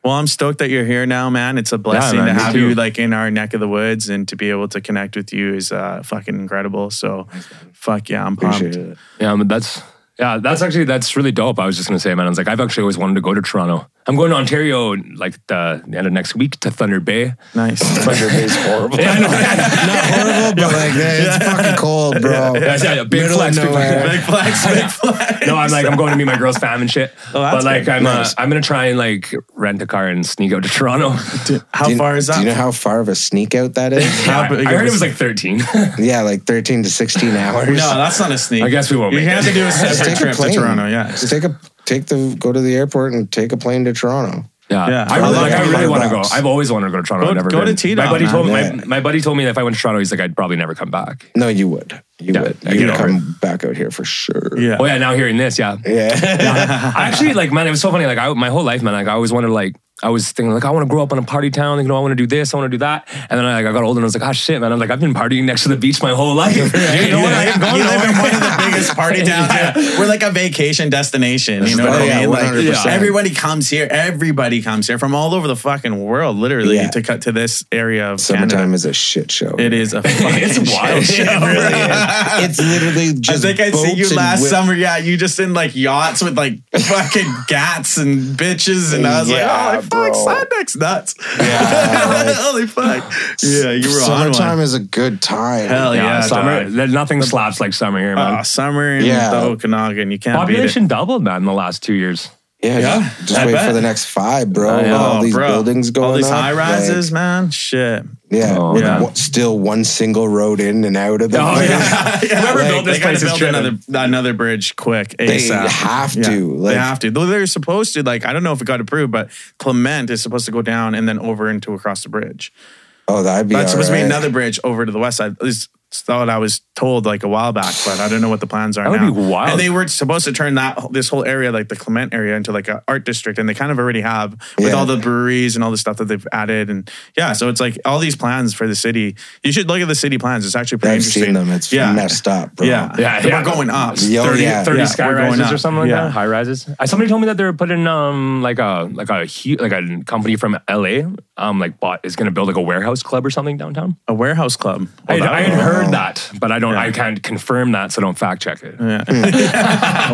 Speaker 3: Well, I'm stoked that you're here now, man. It's a blessing
Speaker 4: man,
Speaker 3: to
Speaker 4: me
Speaker 3: have
Speaker 4: too.
Speaker 3: you like in our neck of the woods and to be able to connect with you is uh, fucking incredible. So, fuck yeah, I'm pumped.
Speaker 5: Appreciate it.
Speaker 4: Yeah, but that's yeah, that's actually that's really dope. I was just gonna say, man, I was like, I've actually always wanted to go to Toronto. I'm going to Ontario like the end of next week to Thunder Bay.
Speaker 3: Nice.
Speaker 5: Thunder
Speaker 4: *laughs*
Speaker 5: Bay's horrible.
Speaker 4: Yeah, I know.
Speaker 5: Not horrible, but
Speaker 3: *laughs*
Speaker 5: like it's fucking cold, bro.
Speaker 4: Yeah, yeah, yeah, big
Speaker 5: Middle
Speaker 4: flex,
Speaker 5: of
Speaker 4: big flex.
Speaker 5: nowhere.
Speaker 3: big flags,
Speaker 4: *laughs*
Speaker 3: big flags.
Speaker 4: No, I'm like I'm going to meet my girl's fam and shit. but
Speaker 3: Oh, that's
Speaker 4: like
Speaker 3: good.
Speaker 4: I'm
Speaker 5: Nice.
Speaker 4: uh, I'm gonna try and like rent a car and sneak out to Toronto.
Speaker 3: Dude, how
Speaker 5: Do you-
Speaker 3: far is that?
Speaker 5: Do you know how far of a sneak out
Speaker 3: *laughs*
Speaker 5: that is?
Speaker 3: How
Speaker 4: I,
Speaker 3: big
Speaker 4: I
Speaker 3: of
Speaker 4: heard
Speaker 3: a
Speaker 4: it was like *laughs* 13.
Speaker 5: yeah, like 13 to 16 hours.
Speaker 3: no, that's not a sneak.
Speaker 4: I guess we won't
Speaker 3: You
Speaker 4: make
Speaker 3: have
Speaker 4: it.
Speaker 3: to do a
Speaker 5: Just
Speaker 3: separate trip to Toronto. Yeah.
Speaker 5: Just take a take the go to the airport and take a plane to Toronto.
Speaker 4: Yeah,
Speaker 3: Yeah.
Speaker 4: I really,
Speaker 5: Toronto,
Speaker 4: like, I
Speaker 5: yeah,
Speaker 4: really
Speaker 5: five
Speaker 4: want to go.
Speaker 5: bucks.
Speaker 4: I've always wanted to go to Toronto.
Speaker 3: Go-
Speaker 4: I've never
Speaker 3: go to
Speaker 4: been.
Speaker 3: T-Dot,
Speaker 4: My buddy
Speaker 3: man.
Speaker 4: told me
Speaker 5: Yeah.
Speaker 4: my, my buddy told me that if I went to Toronto, he's like I'd probably never come back.
Speaker 5: No, you would. You
Speaker 4: Yeah,
Speaker 5: would.
Speaker 4: I
Speaker 5: You
Speaker 4: get
Speaker 5: would
Speaker 4: over
Speaker 5: come back out here for sure.
Speaker 3: Yeah.
Speaker 4: Oh yeah, now hearing this, yeah.
Speaker 3: *laughs*
Speaker 5: Yeah.
Speaker 4: I actually like man, it was so funny. Like I, my whole life, man, like I always wanted to, like I was thinking like I want to grow up in a party town. You know, I want to do this, I want to do that. And then like I got older and I was like, ah shit, man. I'm like I've been partying next to the beach my
Speaker 3: *laughs*
Speaker 4: whole life. you know what? I am going
Speaker 3: you live in
Speaker 4: nowhere.
Speaker 3: one of the biggest *laughs* party towns. We're like a vacation destination. You know what
Speaker 5: Oh,
Speaker 3: I
Speaker 5: yeah,
Speaker 3: mean? Like
Speaker 5: 100%.
Speaker 3: everybody comes here. Everybody comes here from all over the fucking world, literally,
Speaker 5: Yeah.
Speaker 3: to cut to this area of
Speaker 5: Summertime
Speaker 3: Canada.
Speaker 5: is a shit show.
Speaker 3: It is *laughs* a fucking
Speaker 4: It's
Speaker 3: *laughs*
Speaker 4: wild.
Speaker 3: shit.
Speaker 4: It really
Speaker 5: It's literally
Speaker 3: I
Speaker 5: just.
Speaker 3: think I see
Speaker 5: boats
Speaker 3: you
Speaker 5: and
Speaker 3: last
Speaker 5: wi-
Speaker 3: summer. Yeah, you just in like yachts with
Speaker 5: *laughs*
Speaker 3: like fucking gats and bitches, and I was
Speaker 5: Yeah,
Speaker 3: like, "Oh, like,
Speaker 5: bro.
Speaker 3: fuck, Sidex nuts."
Speaker 5: Yeah, like-
Speaker 3: *laughs* holy fuck. Yeah, you were on
Speaker 5: Summertime
Speaker 3: one.
Speaker 5: is a good time.
Speaker 3: Hell
Speaker 4: Yeah,
Speaker 3: yeah,
Speaker 4: summer.
Speaker 3: dog.
Speaker 4: there- Nothing slaps like summer here, man.
Speaker 3: Oh, summer in
Speaker 5: Yeah.
Speaker 3: the Okanagan. You can't
Speaker 4: Population doubled, man, in the last two years.
Speaker 5: Yeah,
Speaker 3: Yeah,
Speaker 5: just- Just,
Speaker 3: I
Speaker 5: wait
Speaker 3: bet.
Speaker 5: for the next five, bro.
Speaker 4: I know.
Speaker 5: all these
Speaker 3: Oh, bro.
Speaker 5: buildings going
Speaker 3: All these
Speaker 5: up,
Speaker 3: high rises,
Speaker 5: like,
Speaker 3: man. Shit.
Speaker 5: yeah,
Speaker 4: Oh,
Speaker 5: with
Speaker 3: yeah.
Speaker 5: one- still one single road in and out of the.
Speaker 3: *laughs*
Speaker 4: Oh,
Speaker 5: place.
Speaker 4: yeah. Whoever
Speaker 5: Like,
Speaker 4: built
Speaker 3: They
Speaker 4: this
Speaker 3: gotta
Speaker 4: place is
Speaker 3: build
Speaker 4: tripping.
Speaker 3: another another bridge quick.
Speaker 5: *laughs* They
Speaker 3: ASAP.
Speaker 5: have
Speaker 3: Yeah.
Speaker 5: to. Like,
Speaker 3: they have to. Though they're supposed to, like, I don't know if it got approved, but Clement is supposed to go down and then over into across the bridge.
Speaker 5: oh, that'd be.
Speaker 3: That's supposed to be
Speaker 5: alright.
Speaker 3: another bridge over to the west side. At least that's what I was told like a while back, but I don't know what the plans are
Speaker 4: That would
Speaker 3: now.
Speaker 4: be wild.
Speaker 3: And they were supposed to turn that this whole area, like the Clement area, into like an art district, and they kind of already have with
Speaker 5: Yeah.
Speaker 3: all the breweries and all the stuff that they've added. And yeah, so it's like all these plans for the city. You should look at the city plans. It's actually pretty
Speaker 5: I've
Speaker 3: interesting.
Speaker 5: seen them. It's messed up, bro.
Speaker 3: Yeah,
Speaker 4: Yeah,
Speaker 3: They
Speaker 4: yeah.
Speaker 3: We're going up.
Speaker 5: Yo,
Speaker 4: 30,
Speaker 5: yeah.
Speaker 4: 30
Speaker 3: Oh, Yeah,
Speaker 4: sky
Speaker 3: we're going
Speaker 4: rises
Speaker 3: up.
Speaker 4: or something like
Speaker 3: Yeah.
Speaker 4: that. High rises. Uh, somebody told me that they're putting um like a like a hu- like a company from LA um like bought is gonna build like a warehouse club or something downtown.
Speaker 3: A warehouse club.
Speaker 4: I, had,
Speaker 3: Well,
Speaker 4: I
Speaker 3: that
Speaker 4: had
Speaker 3: would-
Speaker 4: heard that, but I don't I can't confirm that, so don't fact check it.
Speaker 3: *laughs* word,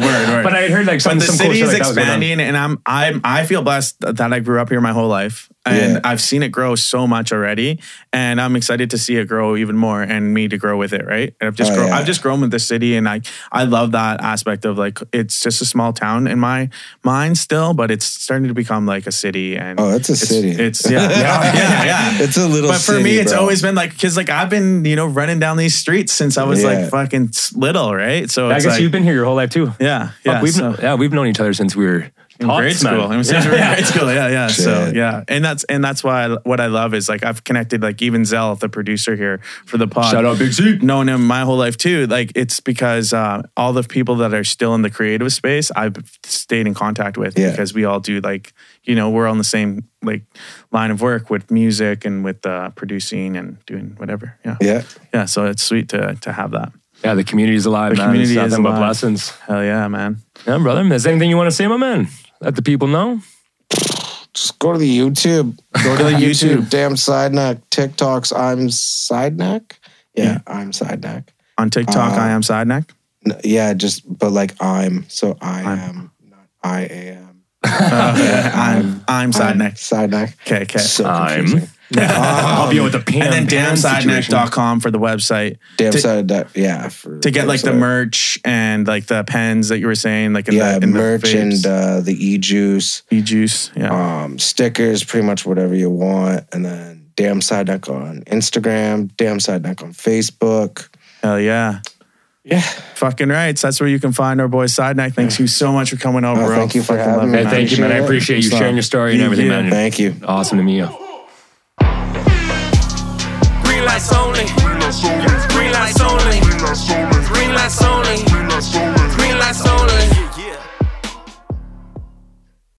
Speaker 3: word.
Speaker 4: But I had heard like some
Speaker 3: the
Speaker 4: some cool
Speaker 3: city
Speaker 4: shit
Speaker 3: is
Speaker 4: like that was going on.
Speaker 3: expanding, and I'm I'm I feel blessed that I grew up here my whole life, and
Speaker 5: Yeah.
Speaker 3: I've seen it grow so much already, and I'm excited to see it grow even more, and me to grow with it. Right? And I've just
Speaker 5: Oh,
Speaker 3: grown,
Speaker 5: yeah.
Speaker 3: I've just grown with the city, and I I love that aspect of like it's just a small town in my mind still, but it's starting to become like a city, and
Speaker 5: Oh, it's a city.
Speaker 3: It's yeah,
Speaker 5: *laughs*
Speaker 3: yeah, yeah, yeah.
Speaker 5: It's a little.
Speaker 3: But for
Speaker 5: city,
Speaker 3: me, it's
Speaker 5: bro.
Speaker 3: always been like because like I've been you know running down these streets since I was
Speaker 5: Yeah.
Speaker 3: like fucking s- little, right? So
Speaker 4: I
Speaker 3: it's
Speaker 4: guess
Speaker 3: like,
Speaker 4: you've been here your whole life too.
Speaker 3: yeah, yeah.
Speaker 4: Fuck, we've
Speaker 3: so-
Speaker 4: yeah we've known each other since we were
Speaker 3: in grade
Speaker 4: tots, man.
Speaker 3: school. I'm saying we're in *laughs* grade school. Yeah, yeah. So
Speaker 5: Shit.
Speaker 3: yeah, and that's and that's why I, what I love is like I've connected like even Zell, the producer here for the *laughs* pod.
Speaker 4: Shout out Big Z.
Speaker 3: Known him my whole life too. Like it's because uh, all the people that are still in the creative space, I've stayed in contact with
Speaker 5: Yeah.
Speaker 3: because we all do like you know we're on the same like line of work with music and with uh, producing and doing whatever. Yeah.
Speaker 5: Yeah.
Speaker 3: Yeah, so it's sweet to to have that.
Speaker 4: Yeah, the community's alive,
Speaker 3: The
Speaker 4: man.
Speaker 3: community
Speaker 4: it's
Speaker 3: is
Speaker 4: nothing but
Speaker 3: alive.
Speaker 4: blessings.
Speaker 3: Hell yeah, man.
Speaker 4: Yeah, brother. Is there anything you want to say, my man? Let the people know.
Speaker 5: Just go to the YouTube.
Speaker 3: Go *laughs* to the YouTube
Speaker 5: Damn side neck. TikToks. I'm side neck. Yeah,
Speaker 3: Yeah.
Speaker 5: I'm side neck.
Speaker 3: on TikTok.
Speaker 5: Uh,
Speaker 3: I am side
Speaker 5: *laughs*
Speaker 3: neck.
Speaker 5: N- yeah, just but like I'm. So I
Speaker 3: I'm.
Speaker 5: am. Not I am.
Speaker 3: Uh, I'm I'm side
Speaker 5: I'm
Speaker 3: neck.
Speaker 5: Side neck.
Speaker 3: Okay, okay.
Speaker 5: So
Speaker 4: I'm-
Speaker 3: *laughs*
Speaker 5: confusing.
Speaker 4: I'll be with the pam,
Speaker 3: and then
Speaker 4: pam situation.
Speaker 3: damnsideneck.com for the website
Speaker 5: Damn
Speaker 3: To-
Speaker 5: side neck. Yeah. for-
Speaker 3: to get like the
Speaker 5: website.
Speaker 3: merch and like the pens that you were saying, like in
Speaker 5: Yeah,
Speaker 3: the in
Speaker 5: merch
Speaker 3: the
Speaker 5: and uh, the e juice.
Speaker 3: e juice. Yeah.
Speaker 5: um, stickers, pretty much whatever you want. And then Damn Side Neck on Instagram, Damn Side Neck on Facebook.
Speaker 3: Hell yeah.
Speaker 5: Yeah.
Speaker 3: Fucking rights. That's where you can find our boy Sideneck. Thanks you so much for coming over.
Speaker 5: Oh,
Speaker 3: bro.
Speaker 5: thank you for
Speaker 3: Fucking
Speaker 5: having
Speaker 3: love
Speaker 4: Hey,
Speaker 5: me.
Speaker 4: thank you, man. I appreciate you
Speaker 5: Appreciate it.
Speaker 4: sharing your story and
Speaker 3: Yeah,
Speaker 4: everything,
Speaker 3: yeah.
Speaker 4: man.
Speaker 5: Thank you.
Speaker 4: Awesome to meet you.
Speaker 1: Green lights only.
Speaker 2: Green lights only.
Speaker 1: Green lights only.
Speaker 2: Green lights only.